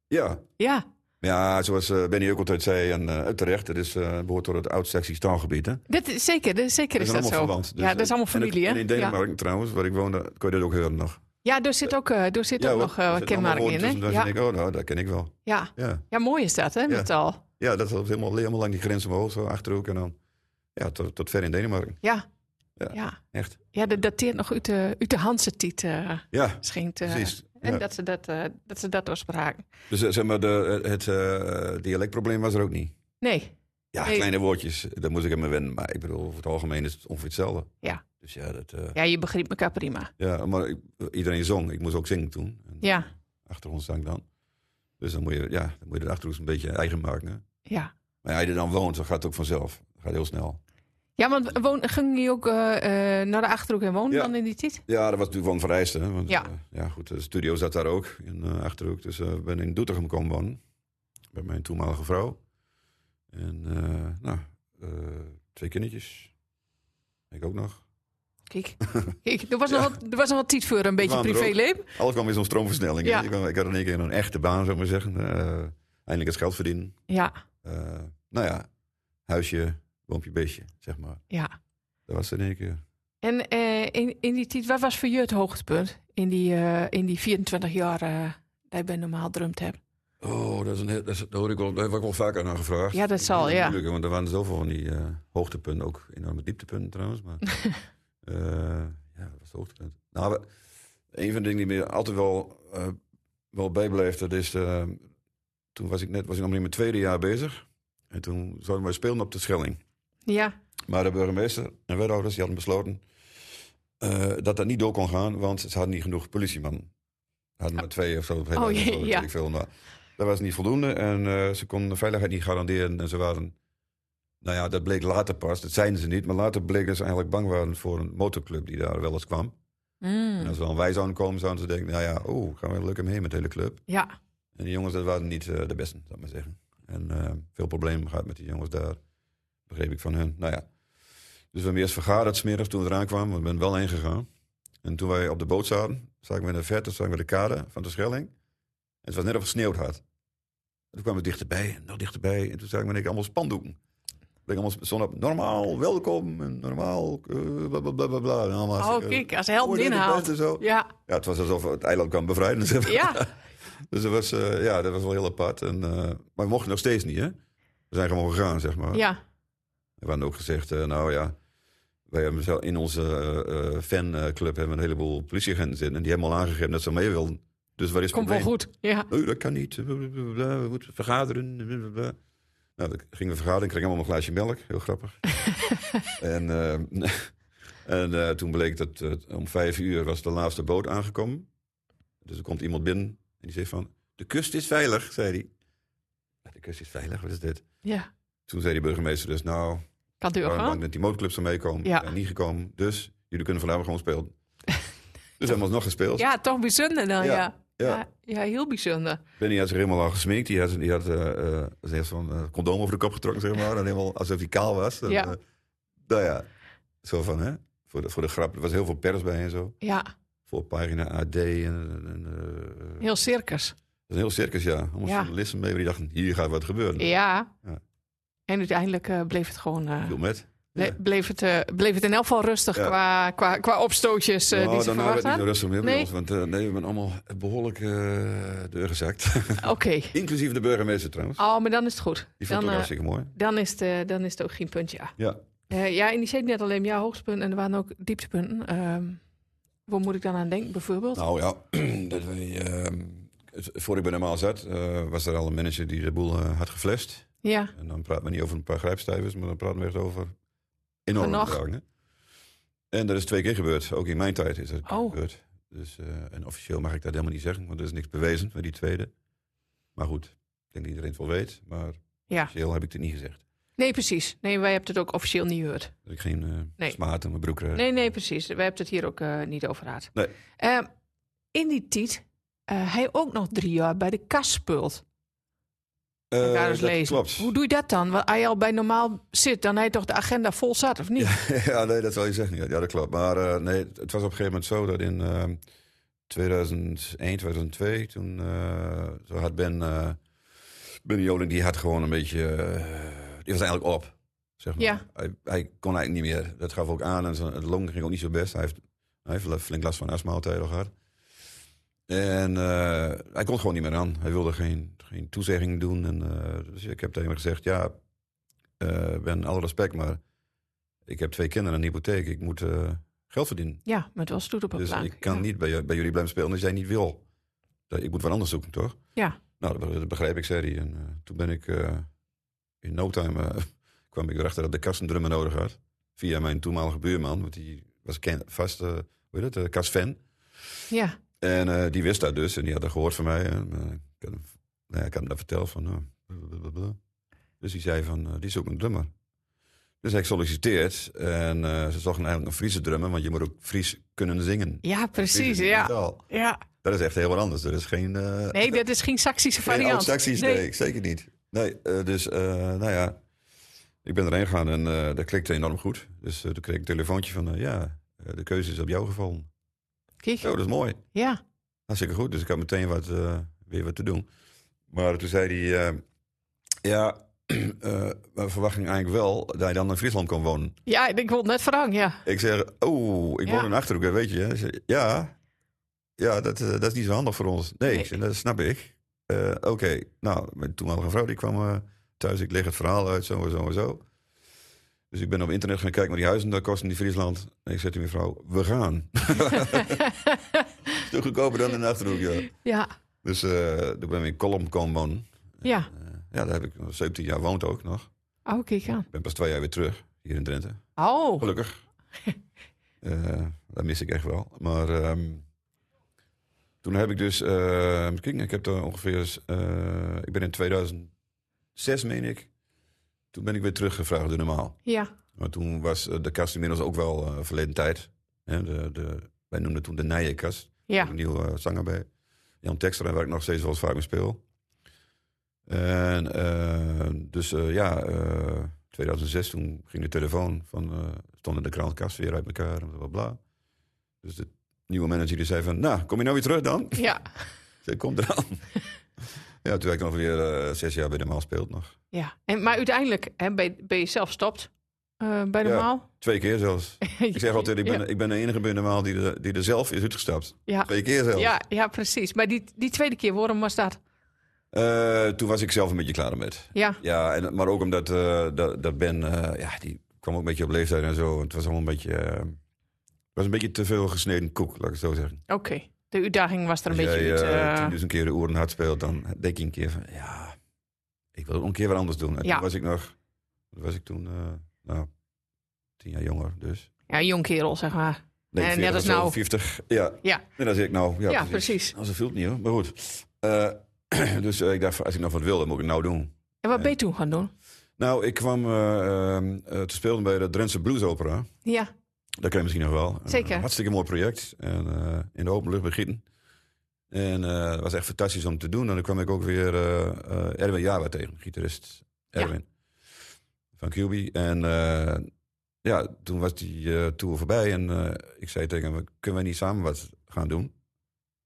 Speaker 2: ja,
Speaker 1: Ja.
Speaker 2: Ja, zoals eh, Benny ook altijd zei, en eh, terecht, het is, eh, behoort tot het oud-Saxisch taalgebied. Hè?
Speaker 1: Dat is, zeker, dat, zeker is,
Speaker 2: zijn
Speaker 1: dat zo.
Speaker 2: allemaal verwant, dus,
Speaker 1: ja, dat is allemaal
Speaker 2: En ook-
Speaker 1: familie,
Speaker 2: En
Speaker 1: hè?
Speaker 2: in
Speaker 1: Ja.
Speaker 2: Denemarken trouwens, waar ik woonde, kon je dat ook horen nog.
Speaker 1: ja, daar zit ook, eh, daar zit ook
Speaker 2: hoor,
Speaker 1: nog
Speaker 2: er
Speaker 1: eh,
Speaker 2: zitten allemaal
Speaker 1: kenmerken
Speaker 2: woorden
Speaker 1: in, hè?
Speaker 2: tussen, Dan
Speaker 1: Ja,
Speaker 2: denk ik, oh, nou, dat ken ik wel.
Speaker 1: ja.
Speaker 2: Ja,
Speaker 1: ja, mooi is dat, hè, met al.
Speaker 2: ja dat loopt helemaal, helemaal lang die grens omhoog, zo achterhoek. En dan, ja, tot, tot ver in Denemarken,
Speaker 1: Ja,
Speaker 2: Ja.
Speaker 1: ja.
Speaker 2: echt.
Speaker 1: Ja, dat dateert nog uit de, uit de Hanse-tiet, eh,
Speaker 2: Ja,
Speaker 1: schijnt. eh,
Speaker 2: precies.
Speaker 1: en
Speaker 2: Ja.
Speaker 1: dat ze dat, eh dat ze dat doorspraken.
Speaker 2: Dus eh, zeg maar, de, het eh, dialectprobleem was er ook niet.
Speaker 1: Nee,
Speaker 2: Ja,
Speaker 1: Nee.
Speaker 2: kleine woordjes, daar moest ik aan me wennen. Maar ik bedoel, over het algemeen is het ongeveer hetzelfde.
Speaker 1: Ja.
Speaker 2: Dus ja, dat, eh,
Speaker 1: ja, je begreep elkaar prima.
Speaker 2: ja maar ik- iedereen zong. Ik moest ook zingen toen. En
Speaker 1: Ja,
Speaker 2: Achter ons zang dan. Dus dan moet je, ja, dan moet je de achterhoek een beetje eigen maken. Hè?
Speaker 1: ja.
Speaker 2: Maar ja, als je er dan woont, dan gaat het ook vanzelf. Dat gaat heel snel.
Speaker 1: Ja, want woon, ging je ook eh, eh, naar de Achterhoek en wonen
Speaker 2: Ja.
Speaker 1: dan in die tijd?
Speaker 2: Ja, dat was natuurlijk van vereiste. Hè? Want,
Speaker 1: Ja.
Speaker 2: eh, ja, goed, de studio zat daar ook in de achterhoek. Dus eh, ik ben in Doetinchem komen wonen. Bij mijn toenmalige vrouw. En eh, nou, eh, twee kindertjes. Ik ook nog.
Speaker 1: Kijk, Kijk er, was nog wat, er was nog wat tijd voor een beetje
Speaker 2: waren er ook.
Speaker 1: privéleven.
Speaker 2: Alles kwam in zo'n stroomversnelling. hè?
Speaker 1: Ja.
Speaker 2: Ik, kwam- ik had in één keer een echte baan, zou ik maar zeggen. Eh, eindelijk het geld verdienen.
Speaker 1: Ja,
Speaker 2: Eh, nou ja, huisje, boompje, beestje, zeg maar.
Speaker 1: ja.
Speaker 2: Dat was het in één keer.
Speaker 1: En eh, in, in die tijd, wat was voor je het hoogtepunt in die, eh, in die 24 jaar eh dat je bij normaal drumd hebt?
Speaker 2: Oh, dat, is een heel, dat, is- daar hoor ik wel, daar heb ik wel vaker naar gevraagd.
Speaker 1: Ja, dat zal,
Speaker 2: is
Speaker 1: ja.
Speaker 2: moeilijk, want er waren zoveel van die eh, hoogtepunten, ook enorme dieptepunten trouwens. Maar, eh, ja, dat was het hoogtepunt. Nou, we- een van de dingen die me altijd wel, eh, wel bijblijft, dat is... eh, toen was ik net, was ik nog in mijn tweede jaar bezig. En toen zouden wij spelen op de Schelling.
Speaker 1: Ja,
Speaker 2: Maar de burgemeester en wethouders die hadden besloten eh, dat dat niet door kon gaan, want ze hadden niet genoeg politiemannen. Ze hadden maar twee of zo. of helemaal
Speaker 1: jee,
Speaker 2: niet, weet
Speaker 1: ja.
Speaker 2: ik veel. Maar dat was niet voldoende en eh, ze konden de veiligheid niet garanderen. En ze waren, nou ja, dat bleek later pas, dat zeiden ze niet, maar later bleek dat ze eigenlijk bang waren voor een motorclub die daar wel eens kwam.
Speaker 1: Hm. Hmm.
Speaker 2: En als dan wij zouden komen, zouden ze denken, nou ja, oeh, gaan we lukken mee met de hele club.
Speaker 1: ja,
Speaker 2: En die jongens, dat waren niet eh, de besten, zou ik maar zeggen. En eh, veel problemen gehad met die jongens daar. Begreep ik van hun. Nou ja. Dus we hebben eerst vergaderd smiddags toen we eraan kwamen. want Ik ben wel heen gegaan. En toen wij op de boot zaten, zag ik met een verte, zag ik met de kade van de Schelling. En het was net of het sneeuwd had. En toen kwamen we dichterbij en nog dichterbij. En toen zag ik met ik allemaal spandoeken. Ik allemaal stond op normaal, welkom en normaal, eh, bla bla bla bla. bla. En allemaal, eh,
Speaker 1: Oh, kijk, als help
Speaker 2: "Hoor dit het
Speaker 1: inhaalt."
Speaker 2: best?" en zo.
Speaker 1: ja,
Speaker 2: Ja, het was alsof we het eiland kwam bevrijden.
Speaker 1: ja.
Speaker 2: Dus dat was, eh, ja, dat was wel heel apart. En, eh, maar we mochten nog steeds niet, hè? We zijn gewoon gegaan, zeg maar.
Speaker 1: ja.
Speaker 2: We hadden ook gezegd, eh, nou ja... Wij hebben zelf in onze eh, eh, fanclub hebben we een heleboel politieagenten zitten. En die hebben al aangegeven dat ze mee wilden. Dus waar is het
Speaker 1: Komt wel
Speaker 2: probleem?
Speaker 1: goed. Ja,
Speaker 2: Nee, dat kan niet. Blablabla, We moeten vergaderen. Blablabla. Nou, dan gingen we vergaderen. Kregen allemaal een glaasje melk. Heel grappig. en eh, en eh, toen bleek dat eh, om vijf uur was de laatste boot aangekomen. Dus er komt iemand binnen en die zegt van... De kust is veilig, zei hij. Ja, De kust is veilig, wat is dit?
Speaker 1: ja.
Speaker 2: Toen zei die burgemeester dus... Nou,
Speaker 1: Kan
Speaker 2: we
Speaker 1: duur
Speaker 2: waren bang
Speaker 1: gaan.
Speaker 2: dat die motorclubs zou meekomen.
Speaker 1: Ja.
Speaker 2: Die zijn niet gekomen. Dus jullie kunnen vandaag gewoon spelen. dus hebben we nog gespeeld.
Speaker 1: Ja, toch bijzonder dan,
Speaker 2: Ja,
Speaker 1: ja.
Speaker 2: ja.
Speaker 1: Ja, ja, heel bijzonder.
Speaker 2: Benny had zich helemaal al gesminkt. Die had, die had eh, eh, als eerst van eh, condoom over de kop getrokken, zeg maar. En helemaal alsof hij kaal was. En,
Speaker 1: Ja.
Speaker 2: eh, nou ja, zo van, hè. Voor de, voor de grap. Er was heel veel pers bij en zo.
Speaker 1: Ja,
Speaker 2: Voor pagina AD. En, en, en, eh,
Speaker 1: heel circus.
Speaker 2: een heel circus, ja. Allemaal
Speaker 1: Ja.
Speaker 2: journalisten mee. Die dachten, hier gaat wat gebeuren.
Speaker 1: Ja.
Speaker 2: Ja.
Speaker 1: En uiteindelijk eh, bleef het gewoon... eh,
Speaker 2: Veel met.
Speaker 1: ble- bleef, het, eh, bleef het in elk geval rustig
Speaker 2: Ja.
Speaker 1: qua, qua, qua opstootjes eh,
Speaker 2: Nou,
Speaker 1: die ze
Speaker 2: daarna werd
Speaker 1: verwacht
Speaker 2: het niet zo
Speaker 1: hadden.
Speaker 2: rustig meer bij
Speaker 1: Nee.
Speaker 2: ons. Want eh, nee, we zijn allemaal behoorlijk eh deur gezakt.
Speaker 1: Oké.
Speaker 2: Inclusief de burgemeester trouwens.
Speaker 1: Oh, maar dan is het goed.
Speaker 2: Die vond het
Speaker 1: Dan,
Speaker 2: ook
Speaker 1: eh,
Speaker 2: hartstikke mooi.
Speaker 1: dan, is het, eh, dan is het ook geen puntje. Ja,
Speaker 2: Ja.
Speaker 1: Eh, ja en die zei net alleen ja, hoogtepunten en er waren ook dieptepunten. Ehm waar moet ik dan aan denken, bijvoorbeeld?
Speaker 2: Nou ja, dat wij, ehm, het- voor ik bij normaal zat, eh, was er al een manager die de boel eh, had geflasht.
Speaker 1: Ja,
Speaker 2: En dan praat men niet over een paar grijpstuivers, maar dan praten we echt over enorme
Speaker 1: Genoeg.
Speaker 2: bedragen. En dat is twee keer gebeurd. Ook in mijn tijd is dat
Speaker 1: Oh.
Speaker 2: gebeurd. Dus, eh, en officieel mag ik dat helemaal niet zeggen, want er is niks bewezen met die tweede. Maar goed, ik denk dat iedereen het wel weet. Maar
Speaker 1: Ja.
Speaker 2: officieel heb ik het niet gezegd.
Speaker 1: nee, precies. Nee, wij hebben het ook officieel niet gehoord.
Speaker 2: Dat ik geen eh
Speaker 1: Nee.
Speaker 2: smaad in mijn broek krijg.
Speaker 1: Nee, nee, precies. We hebben het hier ook eh, niet over gehad.
Speaker 2: Nee.
Speaker 1: Ehm, in die tijd, eh, hij ook nog drie jaar bij de kas speelt.
Speaker 2: Eh,
Speaker 1: Kan ik daar eens
Speaker 2: dat
Speaker 1: dus lezen.
Speaker 2: klopt.
Speaker 1: Hoe doe je dat dan? Want als je al bij normaal zit, dan heb je toch de agenda vol zat, of niet?
Speaker 2: ja, nee, dat wil je zeggen. Ja, ja, dat klopt. Maar eh, nee, het het was op een gegeven moment zo dat in eh, 2001, 2002, toen eh, zo had Ben eh, Benny Joling die had gewoon een beetje... eh, die was eigenlijk op, zeg maar.
Speaker 1: Ja.
Speaker 2: Hij, hij kon eigenlijk niet meer. Dat gaf ook aan. En zijn het long ging ook niet zo best. Hij heeft, hij heeft wel flink last van astma altijd al gehad. En eh, hij kon gewoon niet meer aan. Hij wilde geen, geen toezegging doen. En, eh, dus ik heb tegen hem gezegd... Ja, eh Ben, alle respect, maar... Ik heb twee kinderen en een hypotheek. Ik moet eh, geld verdienen.
Speaker 1: Ja, maar het was stoet op een
Speaker 2: Dus
Speaker 1: plank.
Speaker 2: ik kan
Speaker 1: ja.
Speaker 2: niet bij, jou- bij jullie blijven spelen als jij niet wil. Dat- Ik moet wat anders zoeken, toch?
Speaker 1: Ja.
Speaker 2: Nou, dat, be- dat begrijp ik, zei hij. En eh, toen ben ik eh, in no time... eh, kwam ik erachter dat de kast een drummer nodig had. Via mijn toenmalige buurman. Want die was ken, vast, eh, hoe heet dat, kastfan.
Speaker 1: Ja,
Speaker 2: En eh, die wist dat dus. En die had dat gehoord van mij. En, eh, ik, had hem, nou ja, ik had hem dat verteld van... nou, blablabla. Dus die zei van, eh, die zoekt een drummer. Dus hij solliciteerd. En eh, ze zochten eigenlijk een Friese drummer. Want je moet ook Fries kunnen zingen.
Speaker 1: ja precies.
Speaker 2: Friese
Speaker 1: Ja.
Speaker 2: taal.
Speaker 1: ja.
Speaker 2: Dat is echt heel wat anders. Er is geen, eh
Speaker 1: Nee, dat is geen Saksische
Speaker 2: geen
Speaker 1: variant.
Speaker 2: oud-Saxisch, nee. zeker niet. Nee, eh, dus eh, nou ja, ik ben erheen gegaan en eh, dat klikte enorm goed. Dus eh, toen kreeg ik een telefoontje van, eh, ja, eh, de keuze is op jou gevallen.
Speaker 1: Kijk,
Speaker 2: Zo, dat is mooi.
Speaker 1: ja.
Speaker 2: Hartstikke goed, dus ik had meteen wat, eh, weer wat te doen. Maar toen zei hij, eh, ja, eh, mijn verwachting eigenlijk wel dat hij dan in Friesland kon wonen.
Speaker 1: Ja, ik wil net vragen, ja.
Speaker 2: Ik zeg, oh, ik
Speaker 1: Ja.
Speaker 2: woon in Achterhoek, hè, weet je. Hij zegt, ja, ja dat, eh, dat is niet zo handig voor ons. Nee, ik
Speaker 1: Nee.
Speaker 2: zeg, dat snap ik. Eh, Oké, nou, mijn toenmalige vrouw die kwam eh, thuis. Ik leg het verhaal uit, zo en zo en zo. Dus ik ben op internet gaan kijken naar die huizen daar kosten in Friesland. En ik zei tegen mijn vrouw, we gaan. Stuk goedkoper dan in Achterhoek, ja.
Speaker 1: Ja,
Speaker 2: Dus eh, toen ben ik in Kolom komen wonen.
Speaker 1: ja.
Speaker 2: Eh, ja, daar heb ik nog 17 jaar woond ook nog.
Speaker 1: Oh, kijk aan.
Speaker 2: Ik ben pas twee jaar weer terug, hier in Drenthe.
Speaker 1: Oh,
Speaker 2: Gelukkig. Eh, dat mis ik echt wel. Maar ehm, toen heb ik dus... eh, even kijken, ik heb daar ongeveer... eh, ik ben in 2006, meen ik. Toen ben ik weer teruggevraagd door normaal.
Speaker 1: ja.
Speaker 2: Maar toen was eh, de kast inmiddels ook wel eh, verleden tijd. Hè, de, de, wij noemden toen de Nijenkast.
Speaker 1: Ja,
Speaker 2: Een nieuwe eh, zanger bij Jan Texter, waar ik nog steeds wel eens vaak mee speel. En eh, dus eh, ja, eh 2006 toen ging de telefoon van, eh, stonden de krantkast weer uit elkaar en bla bla, bla. Dus de nieuwe manager die zei van, nou, kom je nou weer terug dan?
Speaker 1: ja.
Speaker 2: Ze komt eraan. ja, toen heb ik nog weer eh, zes jaar bij de Maal speeld nog.
Speaker 1: ja. En, maar uiteindelijk hè, ben, ben je zelf stopt eh, bij de
Speaker 2: Ja.
Speaker 1: maal.
Speaker 2: Twee keer zelfs. Ik zeg altijd, ik ben, ik ben de enige bij de Maal die er, die er zelf is uitgestapt.
Speaker 1: Ja,
Speaker 2: Twee keer zelfs.
Speaker 1: ja, ja precies. Maar die, die tweede keer, waarom was dat?
Speaker 2: Eh, toen was ik zelf een beetje klaar ermee.
Speaker 1: Ja,
Speaker 2: Ja, en, maar ook omdat eh, dat, dat Ben, eh, ja, die kwam ook een beetje op leeftijd en zo. En het was allemaal een beetje, eh, het was een beetje te veel gesneden koek, laat ik het zo zeggen.
Speaker 1: oké. De uitdaging was er een
Speaker 2: Als
Speaker 1: beetje
Speaker 2: jij
Speaker 1: uit.
Speaker 2: eh,
Speaker 1: eh,
Speaker 2: 10.000 keer de oren hard speelt, dan denk je een keer van, ja, ik wil ook een keer wat anders doen. En
Speaker 1: Ja.
Speaker 2: toen was ik nog, wat was ik toen, eh, nou, tien jaar jonger dus.
Speaker 1: ja, een jong kerel, zeg maar. Eh, net
Speaker 2: 40
Speaker 1: als
Speaker 2: of zo,
Speaker 1: nou.
Speaker 2: 40, ja.
Speaker 1: Ja.
Speaker 2: En dan zeg ik nou, ja,
Speaker 1: Ja,
Speaker 2: precies.
Speaker 1: precies.
Speaker 2: Nou, zo viel het niet hoor, maar goed. Eh, dus eh, ik dacht, als ik nog wat wil, dan moet ik het nou doen.
Speaker 1: En wat
Speaker 2: Ja.
Speaker 1: ben je toen gaan doen?
Speaker 2: Nou, ik kwam eh, ehm, eh, te spelen bij de Drentse Blues Opera.
Speaker 1: Ja,
Speaker 2: Dat ken je misschien nog wel.
Speaker 1: Zeker.
Speaker 2: Een hartstikke mooi project. En, eh, in de open lucht beginnen. En eh, het was echt fantastisch om te doen. En dan kwam ik ook weer eh, eh, Erwin Jawa tegen, gitarist
Speaker 1: Ja.
Speaker 2: Erwin. Van QB. En eh, ja, toen was die eh, tour voorbij. En eh, ik zei tegen hem, kunnen wij niet samen wat gaan doen?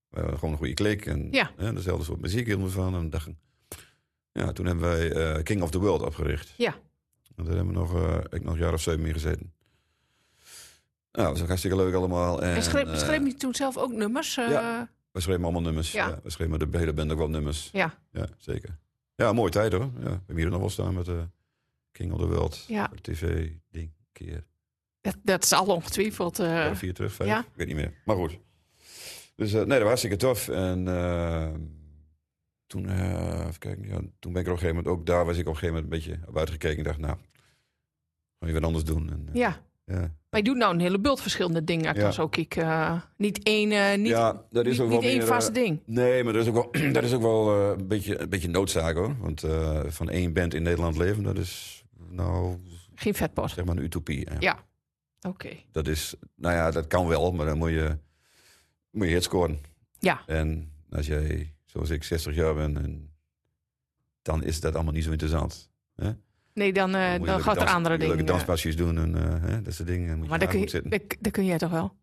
Speaker 2: We hadden gewoon een goede klik. En
Speaker 1: Ja.
Speaker 2: eh, dezelfde soort muziek hielden we van. En dachten, ja, toen hebben wij eh, King of the World opgericht.
Speaker 1: Ja.
Speaker 2: En daar hebben we nog, eh, ik nog een jaar of zeven mee gezeten. Nou, dat was ook hartstikke leuk allemaal. En,
Speaker 1: en schreef,
Speaker 2: eh,
Speaker 1: schreef je toen zelf ook nummers? eh?
Speaker 2: ja. we schreven allemaal nummers.
Speaker 1: Ja.
Speaker 2: Ja. we schreven met de hele band ook wel nummers.
Speaker 1: Ja.
Speaker 2: Ja, zeker. Ja, mooie tijd hoor. Ja, we hebben hier nog wel staan met eh, King of the World.
Speaker 1: Ja.
Speaker 2: TV-ding, keer.
Speaker 1: Dat, dat is al ongetwijfeld. eh,
Speaker 2: Ja, vier terug, vijf.
Speaker 1: ja.
Speaker 2: Ik weet niet meer. Maar goed. Dus eh, nee, dat was hartstikke tof. En eh, toen, eh, even kijken, ja, toen ben ik er op een gegeven moment, ook daar was ik op een gegeven moment een beetje op uitgekeken. Ik dacht, nou, ga je wat anders doen. En, eh,
Speaker 1: ja.
Speaker 2: ja.
Speaker 1: Maar je doet nou een hele bult verschillende dingen. als Ik
Speaker 2: Ja.
Speaker 1: dan zo kijk, eh, niet één, eh, niet,
Speaker 2: ja, dat is
Speaker 1: niet,
Speaker 2: ook wel
Speaker 1: niet één
Speaker 2: meer,
Speaker 1: vast
Speaker 2: eh,
Speaker 1: ding.
Speaker 2: Nee, maar dat is ook wel, dat is ook wel eh, een, beetje, een beetje noodzaak hoor. Want eh, van één band in Nederland leven, dat is nou
Speaker 1: Geen vetpot.
Speaker 2: zeg maar een utopie. hè.
Speaker 1: Ja. Oké.
Speaker 2: Dat is, nou ja, dat kan wel, maar dan moet je, moet je hits scoren.
Speaker 1: Ja.
Speaker 2: En als jij, zoals ik, 60 jaar bent, en, dan is dat allemaal niet zo interessant.
Speaker 1: Nee, dan, eh,
Speaker 2: moet je
Speaker 1: dan
Speaker 2: leuke
Speaker 1: gaat er
Speaker 2: dans-
Speaker 1: andere dingen. eh.
Speaker 2: Leuke danspasjes doen en eh, hè, dat soort dingen. Dan Moet je
Speaker 1: maar dat kun,
Speaker 2: naakt
Speaker 1: je,
Speaker 2: zitten.
Speaker 1: dat, dat kun jij toch wel?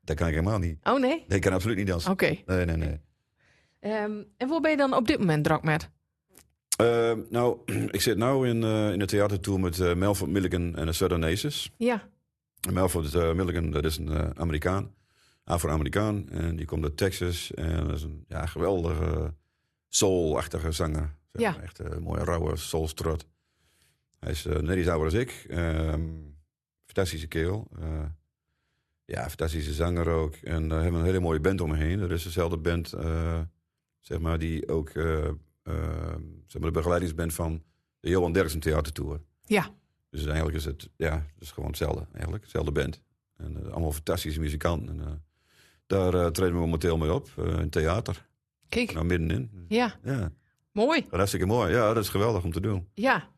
Speaker 2: Dat kan ik helemaal niet.
Speaker 1: Oh nee?
Speaker 2: Nee, ik kan
Speaker 1: Oh.
Speaker 2: absoluut niet dansen.
Speaker 1: Oké.
Speaker 2: Nee, nee, nee.
Speaker 1: Ehm, en waar ben je dan op dit moment druk met?
Speaker 2: Eh, nou, ik zit nu in, eh in een theatertour met eh Melford Milligan en de Southern Aces.
Speaker 1: Ja,
Speaker 2: En Melford eh, Milligan, dat is een eh, Amerikaan. Afro-Amerikaan. En die komt uit Texas. En dat is een ja, geweldige soul-achtige zanger. Zeg
Speaker 1: Ja.
Speaker 2: maar. Echt eh, een mooie, rauwe soulstrot. Hij is eh, net iets ouder als ik. Ehm, fantastische kerel. Eh, ja, fantastische zanger ook. En daar hebben we een hele mooie band om me heen. Dat is dezelfde band, eh, zeg maar, die ook eh, eh, zeg maar de begeleidingsband van de Johan Derksen Theatertour.
Speaker 1: ja,
Speaker 2: Dus eigenlijk is het, ja, het is gewoon hetzelfde eigenlijk. Hetzelfde band. En eh, allemaal fantastische muzikanten. En, eh, daar eh, treden we momenteel mee op, eh, in theater.
Speaker 1: kijk.
Speaker 2: Nou, middenin.
Speaker 1: Ja,
Speaker 2: Ja,
Speaker 1: mooi.
Speaker 2: hartstikke mooi. Ja, dat is geweldig om te doen.
Speaker 1: Ja,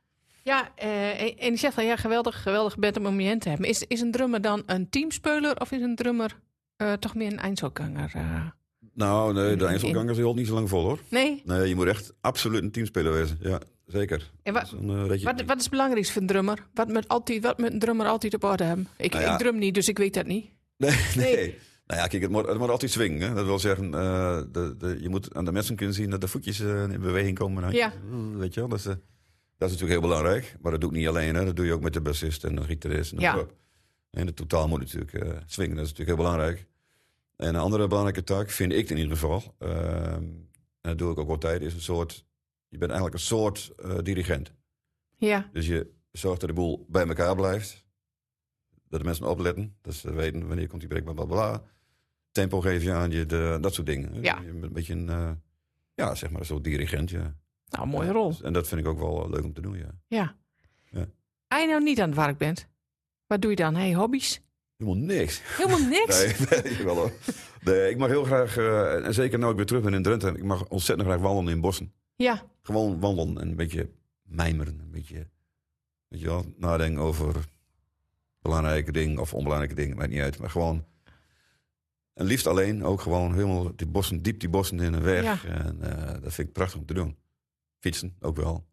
Speaker 1: ja eh, en, en je zegt dan, ja, geweldig, geweldig band om om je heen te hebben. Is, is een drummer dan een teamspeler of is een drummer eh, toch meer een eindselganger? eh?
Speaker 2: Nou, nee, de
Speaker 1: In-
Speaker 2: eindselgangers hield niet zo lang vol, hoor.
Speaker 1: Nee?
Speaker 2: Nee, je moet echt absoluut een teamspeler wezen. Ja, zeker.
Speaker 1: En
Speaker 2: Dat is
Speaker 1: wat,
Speaker 2: een, eh, dat je-
Speaker 1: wat, wat is het belangrijkste voor een drummer? Wat moet, altijd, wat moet een drummer altijd op orde hebben? Ik,
Speaker 2: Nou ja.
Speaker 1: ik drum niet, dus ik weet dat niet.
Speaker 2: Nee, nee.
Speaker 1: Nee.
Speaker 2: Nou ja, kijk, het moet, het moet altijd swingen. hè. Dat wil zeggen, eh, de, de, je moet aan de mensen kunnen zien dat de voetjes eh, in beweging komen. En dan-
Speaker 1: Ja.
Speaker 2: Weet je wel, dat is, eh, dat is natuurlijk heel belangrijk. Maar dat doe ik niet alleen, hè. dat doe je ook met de bassist en de gitarist. En, de
Speaker 1: Ja.
Speaker 2: club. en het totaal moet natuurlijk eh swingen, dat is natuurlijk heel belangrijk. En een andere belangrijke taak, vind ik in ieder geval, ehm, en dat doe ik ook altijd, is een soort... Je bent eigenlijk een soort eh, dirigent.
Speaker 1: Ja,
Speaker 2: Dus je zorgt dat de boel bij elkaar blijft. Dat de mensen opletten. Dat ze weten wanneer komt die break, bla bla bla. Tempo geef je aan, je de, dat soort dingen.
Speaker 1: Ja.
Speaker 2: Je bent een beetje een, eh, ja, zeg maar, een soort dirigent. Ja. dus,
Speaker 1: nou, mooie rol.
Speaker 2: En dat vind ik ook wel eh, leuk om te doen, ja.
Speaker 1: Ja.
Speaker 2: Ja.
Speaker 1: Als je nou niet aan het werk bent, wat doe je dan? Hey, hobby's?
Speaker 2: Helemaal niks.
Speaker 1: Helemaal niks?
Speaker 2: Nee, nee, wel hoor. Nee, ik mag heel graag, eh, en zeker nu ik weer terug ben in Drenthe, ik mag ontzettend graag wandelen in bossen.
Speaker 1: Ja,
Speaker 2: Gewoon wandelen en een beetje mijmeren. Een beetje, weet je wel, nadenken over belangrijke dingen of onbelangrijke dingen, maakt niet uit. Maar gewoon, en liefst alleen, ook gewoon helemaal die bossen, diep die bossen in een weg.
Speaker 1: Ja.
Speaker 2: En eh, dat vind ik prachtig om te doen. Fietsen, ook wel.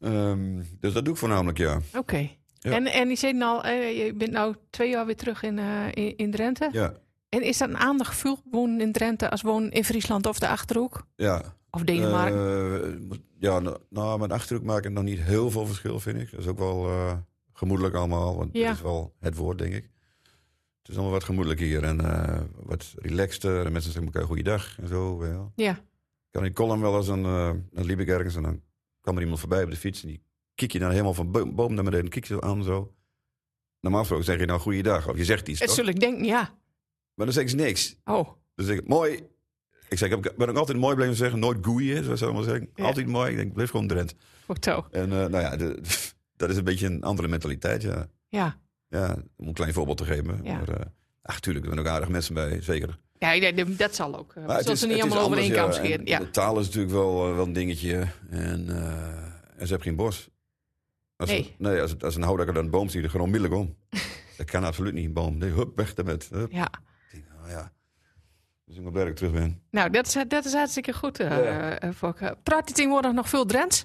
Speaker 2: Ehm, dus dat doe ik voornamelijk, ja.
Speaker 1: oké.
Speaker 2: Ja.
Speaker 1: En, en je, zit al, eh, je bent nou twee jaar weer terug in, eh, in, in Drenthe.
Speaker 2: Ja,
Speaker 1: En is dat een aandacht gevoel wonen in Drenthe als wonen in Friesland of de Achterhoek?
Speaker 2: ja.
Speaker 1: Of Denemarken?
Speaker 2: Eh, ja, nou, nou, mijn achterhoek maken nog niet heel veel verschil, vind ik. Dat is ook wel eh, gemoedelijk allemaal, want
Speaker 1: Ja.
Speaker 2: dat is wel het woord, denk ik. Het is allemaal wat gemoedelijk hier en eh, wat relaxter. En mensen zeggen elkaar goeiedag en zo. weet je wel.
Speaker 1: ja.
Speaker 2: Ik had in Colum wel eens een, eh dan liep ik ergens en dan kwam er iemand voorbij op de fiets. En die kik je dan helemaal van bo- boven naar beneden, kik je zo aan zo. Normaal gesproken zeg je nou goeiedag of je zegt iets,
Speaker 1: Het
Speaker 2: toch?
Speaker 1: zul ik denken, ja.
Speaker 2: Maar dan zeg ze niks.
Speaker 1: Oh,
Speaker 2: Dus ik, mooi. Ik zeg, ik heb- ben ook altijd mooi blijven zeggen. Nooit goeie, zoals ze allemaal zeggen.
Speaker 1: Ja.
Speaker 2: Altijd mooi. Ik denk, blijf gewoon Drent.
Speaker 1: goed zo.
Speaker 2: En eh, nou ja, de- dat is een beetje een andere mentaliteit, ja.
Speaker 1: Ja.
Speaker 2: Ja, om een klein voorbeeld te geven.
Speaker 1: Ja.
Speaker 2: Maar, eh, ach, tuurlijk, er zijn ook aardig mensen bij, zeker.
Speaker 1: Ja, ik denk, dat zal ook. eh,
Speaker 2: Maar
Speaker 1: We zullen ze niet allemaal over één
Speaker 2: anders,
Speaker 1: kam
Speaker 2: ja. En
Speaker 1: scheren. Ja.
Speaker 2: De taal is natuurlijk wel, eh, wel een dingetje. En, eh, en ze hebben geen bos. Als
Speaker 1: Nee.
Speaker 2: Ze, nee, als, als een houdakker dan een boom ziet, dan gewoon onmiddellijk om. dat kan absoluut niet, een boom. Nee, hup, weg daarmet. Hup.
Speaker 1: ja.
Speaker 2: Ik denk, nou ja. Dus ik ben blij dat ik terug ben.
Speaker 1: Nou, dat is, dat is hartstikke goed, eh
Speaker 2: Ja.
Speaker 1: eh, Fokke. Praat je tegenwoordig nog veel Drents?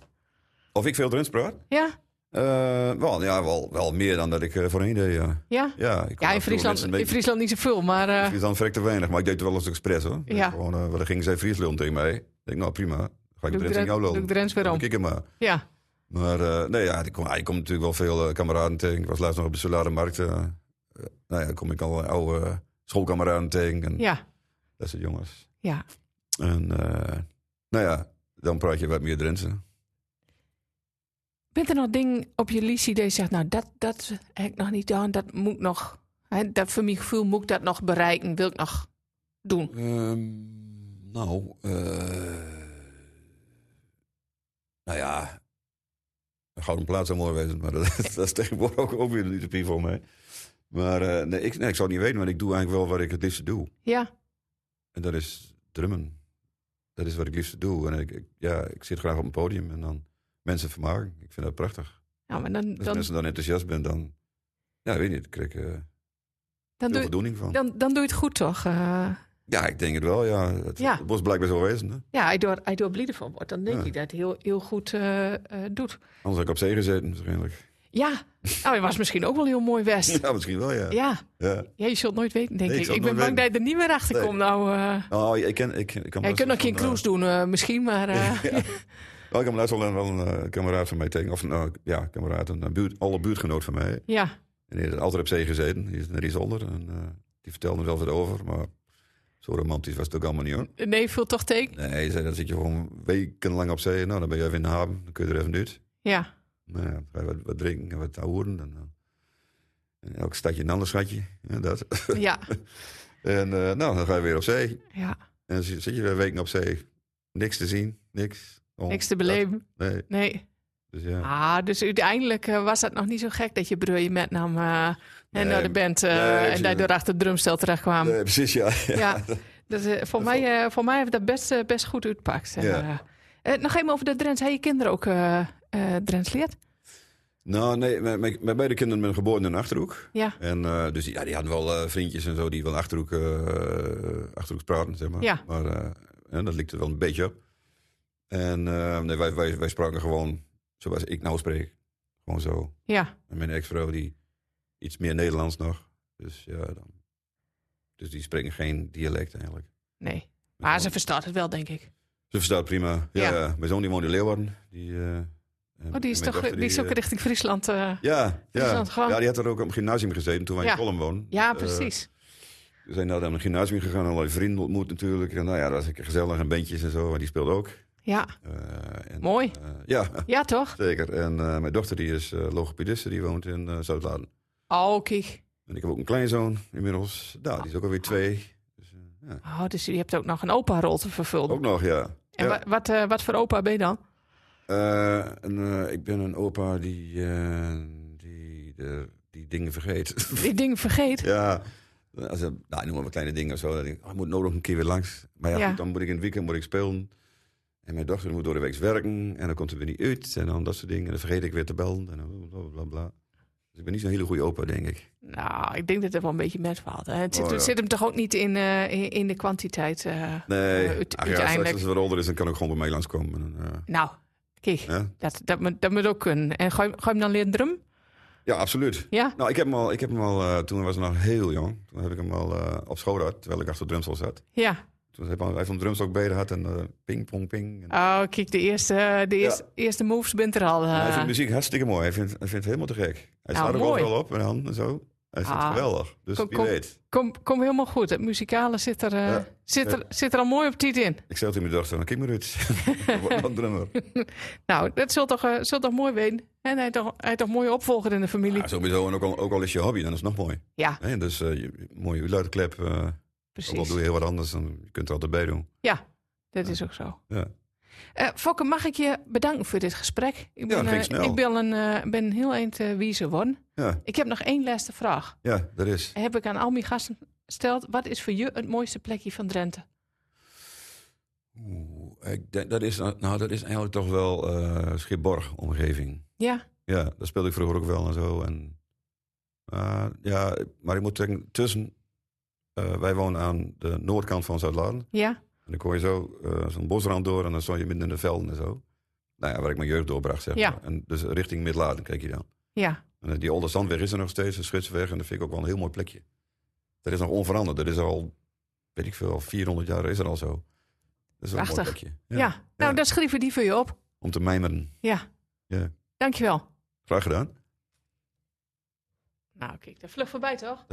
Speaker 2: Of ik veel Drents praat?
Speaker 1: Ja?
Speaker 2: Eh, wel, ja, wel, wel meer dan dat ik eh, voorheen deed, ja.
Speaker 1: Ja?
Speaker 2: Ja, ik kon
Speaker 1: Ja, in
Speaker 2: af en toe
Speaker 1: Friesland,
Speaker 2: mensen een
Speaker 1: in
Speaker 2: beetje-
Speaker 1: Friesland niet zoveel, maar... eh,
Speaker 2: Friesland verrekt te weinig, maar ik deed het wel eens expres, hoor.
Speaker 1: Ja.
Speaker 2: Gewoon, eh, dan ging zij Friesland tegen mij. Ik denk, nou prima, Dan ga ik
Speaker 1: Doe
Speaker 2: de rest
Speaker 1: Dren-
Speaker 2: tegen jou
Speaker 1: doe ik
Speaker 2: lopen.
Speaker 1: de Drents weer om.
Speaker 2: Kijk maar.
Speaker 1: ja.
Speaker 2: Maar eh, nee, ja, ik kom, ik kom natuurlijk wel veel eh, kameraden tegen. Ik was laatst nog op de Solarenmarkt. eh eh, nou ja, kom ik al oude eh, schoolkameraden tegen en
Speaker 1: Ja.
Speaker 2: dat soort jongens.
Speaker 1: Ja.
Speaker 2: En eh, nou ja, dan praat je wat meer Drentse.
Speaker 1: Bent er nog dingen op je listie dat je zegt, nou, dat, dat heb ik nog niet gedaan, dat moet ik nog... Hè, dat voor mijn gevoel moet ik dat nog bereiken, wil ik nog doen.
Speaker 2: Ehm, nou, eh, nou ja, een gouden plaat zou mooi wezen, maar dat, dat is tegenwoordig ook, ook weer een utopie voor mij. Maar eh, nee, ik, nee, ik zou het niet weten, want ik doe eigenlijk wel wat ik het liefste doe.
Speaker 1: Ja.
Speaker 2: En dat is drummen. Dat is wat ik liefst doe. En ik, ik- ja, ik zit graag op een podium en dan mensen vermaken. Ik vind dat prachtig.
Speaker 1: Nou, maar dan,
Speaker 2: Als
Speaker 1: dan,
Speaker 2: mensen dan enthousiast zijn, dan... Ja, weet niet, daar krijg ik eh,
Speaker 1: dan,
Speaker 2: veel
Speaker 1: doe,
Speaker 2: voldoening van.
Speaker 1: dan, dan doe je het goed, toch? eh?
Speaker 2: Ja, ik denk het wel, ja. Het,
Speaker 1: Ja.
Speaker 2: het was blijkbaar zo wezen, hè?
Speaker 1: ja, hij door, hij door blieden van wordt, dan denk
Speaker 2: Ja.
Speaker 1: ik dat hij heel, heel goed eh, eh, doet.
Speaker 2: Anders had ik op zee gezeten, waarschijnlijk.
Speaker 1: Ja, nou, je was misschien ook wel heel mooi West.
Speaker 2: Ja, misschien wel, ja.
Speaker 1: Ja,
Speaker 2: ja.
Speaker 1: ja je zult nooit weten, denk
Speaker 2: Nee, ik
Speaker 1: ik. Ik,
Speaker 2: zal het
Speaker 1: ben
Speaker 2: nooit
Speaker 1: bang dat je er niet meer achter
Speaker 2: Nee.
Speaker 1: komt. Nou, eh,
Speaker 2: Oh, ik, ik ken... Ik, ik kan
Speaker 1: ja, je kunt nog
Speaker 2: best wel
Speaker 1: geen
Speaker 2: van,
Speaker 1: cruise doen eh, misschien, maar... eh,
Speaker 2: eh, ja. Nou, ik heb laatst al een, wel een eh, kameraad van mij tegen. Of nou, ja, kameraad, een, eh, buurt, alle buurtgenoot van mij.
Speaker 1: Ja,
Speaker 2: En die is altijd op zee gezeten. Die is naar Riesonder. En eh, die vertelde er wel wat over. Maar zo romantisch was het ook allemaal niet hoor.
Speaker 1: nee, veel toch teken.
Speaker 2: Nee, hij zei, dan zit je gewoon wekenlang op zee. Nou, dan ben je even in de haven. Dan kun je er even uit.
Speaker 1: Ja,
Speaker 2: Nou ja, ga je wat, wat drinken en wat hoeren. En, eh, en elk stadje een ander schatje. Ja, dat.
Speaker 1: ja,
Speaker 2: En eh, nou, dan ga je weer op zee.
Speaker 1: ja.
Speaker 2: En dan zit zit je weer weken op zee. Niks te zien. Niks. om-
Speaker 1: Niks te beleven.
Speaker 2: dat- nee,
Speaker 1: Nee.
Speaker 2: dus ja.
Speaker 1: Ah, dus uiteindelijk eh, was dat nog niet zo gek dat je broer je metnam eh, en
Speaker 2: Nee,
Speaker 1: naar de band eh,
Speaker 2: nee,
Speaker 1: en
Speaker 2: precies.
Speaker 1: daardoor achter het drumstel terecht kwam.
Speaker 2: Nee, precies, ja.
Speaker 1: ja, dus, eh, voor, mij, eh, voor mij heeft dat best, eh, best goed uitgepakt. En,
Speaker 2: Ja.
Speaker 1: eh, eh, nog even over de Drents. Heb je kinderen ook eh eh, Drents leert?
Speaker 2: Nou, nee, mijn, mijn, mijn beide kinderen zijn geboren in een Achterhoek.
Speaker 1: Ja,
Speaker 2: En eh, dus ja, die hadden wel eh, vriendjes en zo die wel Achterhoek, eh, Achterhoeks praten, zeg maar.
Speaker 1: Ja.
Speaker 2: Maar eh, ja, dat liep er wel een beetje op. En eh, nee, wij, wij, wij spraken gewoon zoals ik nou spreek. Gewoon zo.
Speaker 1: ja,
Speaker 2: En mijn ex-vrouw, die iets meer Nederlands nog. Dus ja, dan. Dus die spreken geen dialect eigenlijk.
Speaker 1: nee. Maar Ah, ze verstaat het wel, denk ik.
Speaker 2: Ze verstaat prima. Ja,
Speaker 1: Ja.
Speaker 2: ja. mijn zoon die woont in Leeuwarden. Die, eh, en-
Speaker 1: Oh, die is
Speaker 2: en mijn
Speaker 1: toch
Speaker 2: dochter,
Speaker 1: die is ook
Speaker 2: eh,
Speaker 1: richting Friesland. eh,
Speaker 2: Ja, ja.
Speaker 1: Friesland gewoon.
Speaker 2: ja, die had er ook op het gymnasium gezeten toen wij
Speaker 1: Ja.
Speaker 2: in Colum woonden.
Speaker 1: ja,
Speaker 2: Eh,
Speaker 1: precies.
Speaker 2: we zijn daar naar het gymnasium gegaan, allerlei vrienden ontmoet natuurlijk. En nou ja, dat was lekker gezellig en bandjes en zo. En die speelde ook.
Speaker 1: ja,
Speaker 2: Eh, en,
Speaker 1: Mooi.
Speaker 2: eh, ja,
Speaker 1: ja, toch?
Speaker 2: zeker. En eh, mijn dochter die is eh logopediste, die woont in eh Zuidladen.
Speaker 1: Oh, kijk.
Speaker 2: En ik heb ook een kleinzoon inmiddels. Nou, die is ook alweer twee.
Speaker 1: Oh, dus je hebt ook nog een opa-rol te vervullen.
Speaker 2: Ook nog, ja.
Speaker 1: En
Speaker 2: Oh, Ja.
Speaker 1: wa- wat, eh, wat voor opa ben je dan?
Speaker 2: Eh, en, eh, ik ben een opa die, eh, die, de, die dingen vergeet.
Speaker 1: Die dingen vergeet.
Speaker 2: ja. Als, er- nou, noem maar wat kleine dingen of zo. Dan denk ik, oh, ik moet nodig een keer weer langs. Maar ja,
Speaker 1: Ja.
Speaker 2: goed, dan moet ik in het weekend moet ik spelen. En mijn dochter moet door de week werken. En dan komt ze weer niet uit. En dan dat soort dingen. En dan vergeet ik weer te bellen. En dan bla, bla, bla, bla. Dus ik ben niet zo'n hele goede opa, denk ik.
Speaker 1: Nou, ik denk dat het wel een beetje met valt. hè. Het zit,
Speaker 2: Oh,
Speaker 1: het
Speaker 2: ja.
Speaker 1: zit hem toch ook niet in, eh, in, in de kwantiteit. eh.
Speaker 2: Nee.
Speaker 1: Eh, uit-
Speaker 2: Ach ja, straks
Speaker 1: uiteindelijk-
Speaker 2: als ze wat ouder is, dan kan ik gewoon bij mij langskomen. En, dan, eh,
Speaker 1: Nou, kijk,
Speaker 2: ja.
Speaker 1: dat, dat, moet- dat moet ook kunnen. En ga je, ga je hem dan leren drum?
Speaker 2: ja, absoluut.
Speaker 1: Ja?
Speaker 2: Nou, ik heb hem al, ik heb hem al eh, toen was hij nog heel jong. Toen heb ik hem al eh, op school gehad, terwijl ik achter de drumstel zat.
Speaker 1: Ja.
Speaker 2: Toen heb ik al- hij van de drumstok bij de had en eh, ping, pong, ping. En,
Speaker 1: Oh, kijk, de eerste, de eerste, eerste moves bent er al. eh.
Speaker 2: Hij vindt muziek hartstikke mooi. Hij vindt, hij vindt het helemaal te gek. Hij
Speaker 1: Nou,
Speaker 2: staat ook
Speaker 1: mooi.
Speaker 2: overal op en dan en zo. Hij vindt
Speaker 1: Ah.
Speaker 2: het geweldig. Dus
Speaker 1: Kom-
Speaker 2: wie
Speaker 1: kom.
Speaker 2: weet.
Speaker 1: kom, kom helemaal goed. Het muzikale zit er, eh,
Speaker 2: Ja.
Speaker 1: zit, er, zit er al mooi op tijd in.
Speaker 2: Ik zei tegen mijn dochter, nou, kijk maar uit. Wat een drummer.
Speaker 1: Nou, dat zult toch, eh, zult toch mooi weten. En hij heeft toch, hij heeft toch mooie opvolger in de familie.
Speaker 2: Ja, sowieso. En ook al, ook al is je hobby, dan is het nog mooi.
Speaker 1: Ja,
Speaker 2: Hè, dus eh, je, mooie luidklep. eh ook al
Speaker 1: precies.
Speaker 2: doe je heel wat anders, dan je kunt er altijd bij doen.
Speaker 1: Ja, dat is ook zo.
Speaker 2: Ja.
Speaker 1: Eh, Fokke, mag ik je bedanken voor dit gesprek? Ik
Speaker 2: dat ging
Speaker 1: eh,
Speaker 2: snel.
Speaker 1: Ik ben een, eh, ben een heel eind eh wiezer worden.
Speaker 2: Ja,
Speaker 1: Ik heb nog één laatste vraag.
Speaker 2: ja, dat is.
Speaker 1: Heb ik aan al mijn gasten gesteld, wat is voor je het mooiste plekje van Drenthe?
Speaker 2: Oeh, ik denk, dat is. Nou, dat is eigenlijk toch wel eh Schipborg-omgeving.
Speaker 1: Ja,
Speaker 2: Ja, dat speelde ik vroeger ook wel en zo. En, eh, ja, maar ik moet zeggen, tussen... eh, wij wonen aan de noordkant van Zuid-Laren.
Speaker 1: ja,
Speaker 2: En dan kon je zo eh, zo'n bosrand door en dan stond je midden in de velden en zo. Nou ja, waar ik mijn jeugd doorbracht, zeg
Speaker 1: Ja.
Speaker 2: maar. En dus richting Midladen kijk je dan.
Speaker 1: ja.
Speaker 2: En eh, die Olde Zandweg is er nog steeds, de Schitsweg. En dat vind ik ook wel een heel mooi plekje. Dat is nog onveranderd. Dat is al, weet ik veel, al 400 jaar is er al zo. Dat is wel een mooi
Speaker 1: Prachtig.
Speaker 2: plekje.
Speaker 1: ja. Nou, dan schrijven we die voor je op.
Speaker 2: Om te mijmeren.
Speaker 1: Ja.
Speaker 2: Ja.
Speaker 1: Dankjewel.
Speaker 2: Graag gedaan.
Speaker 1: Nou, kijk, dat vlug voorbij toch?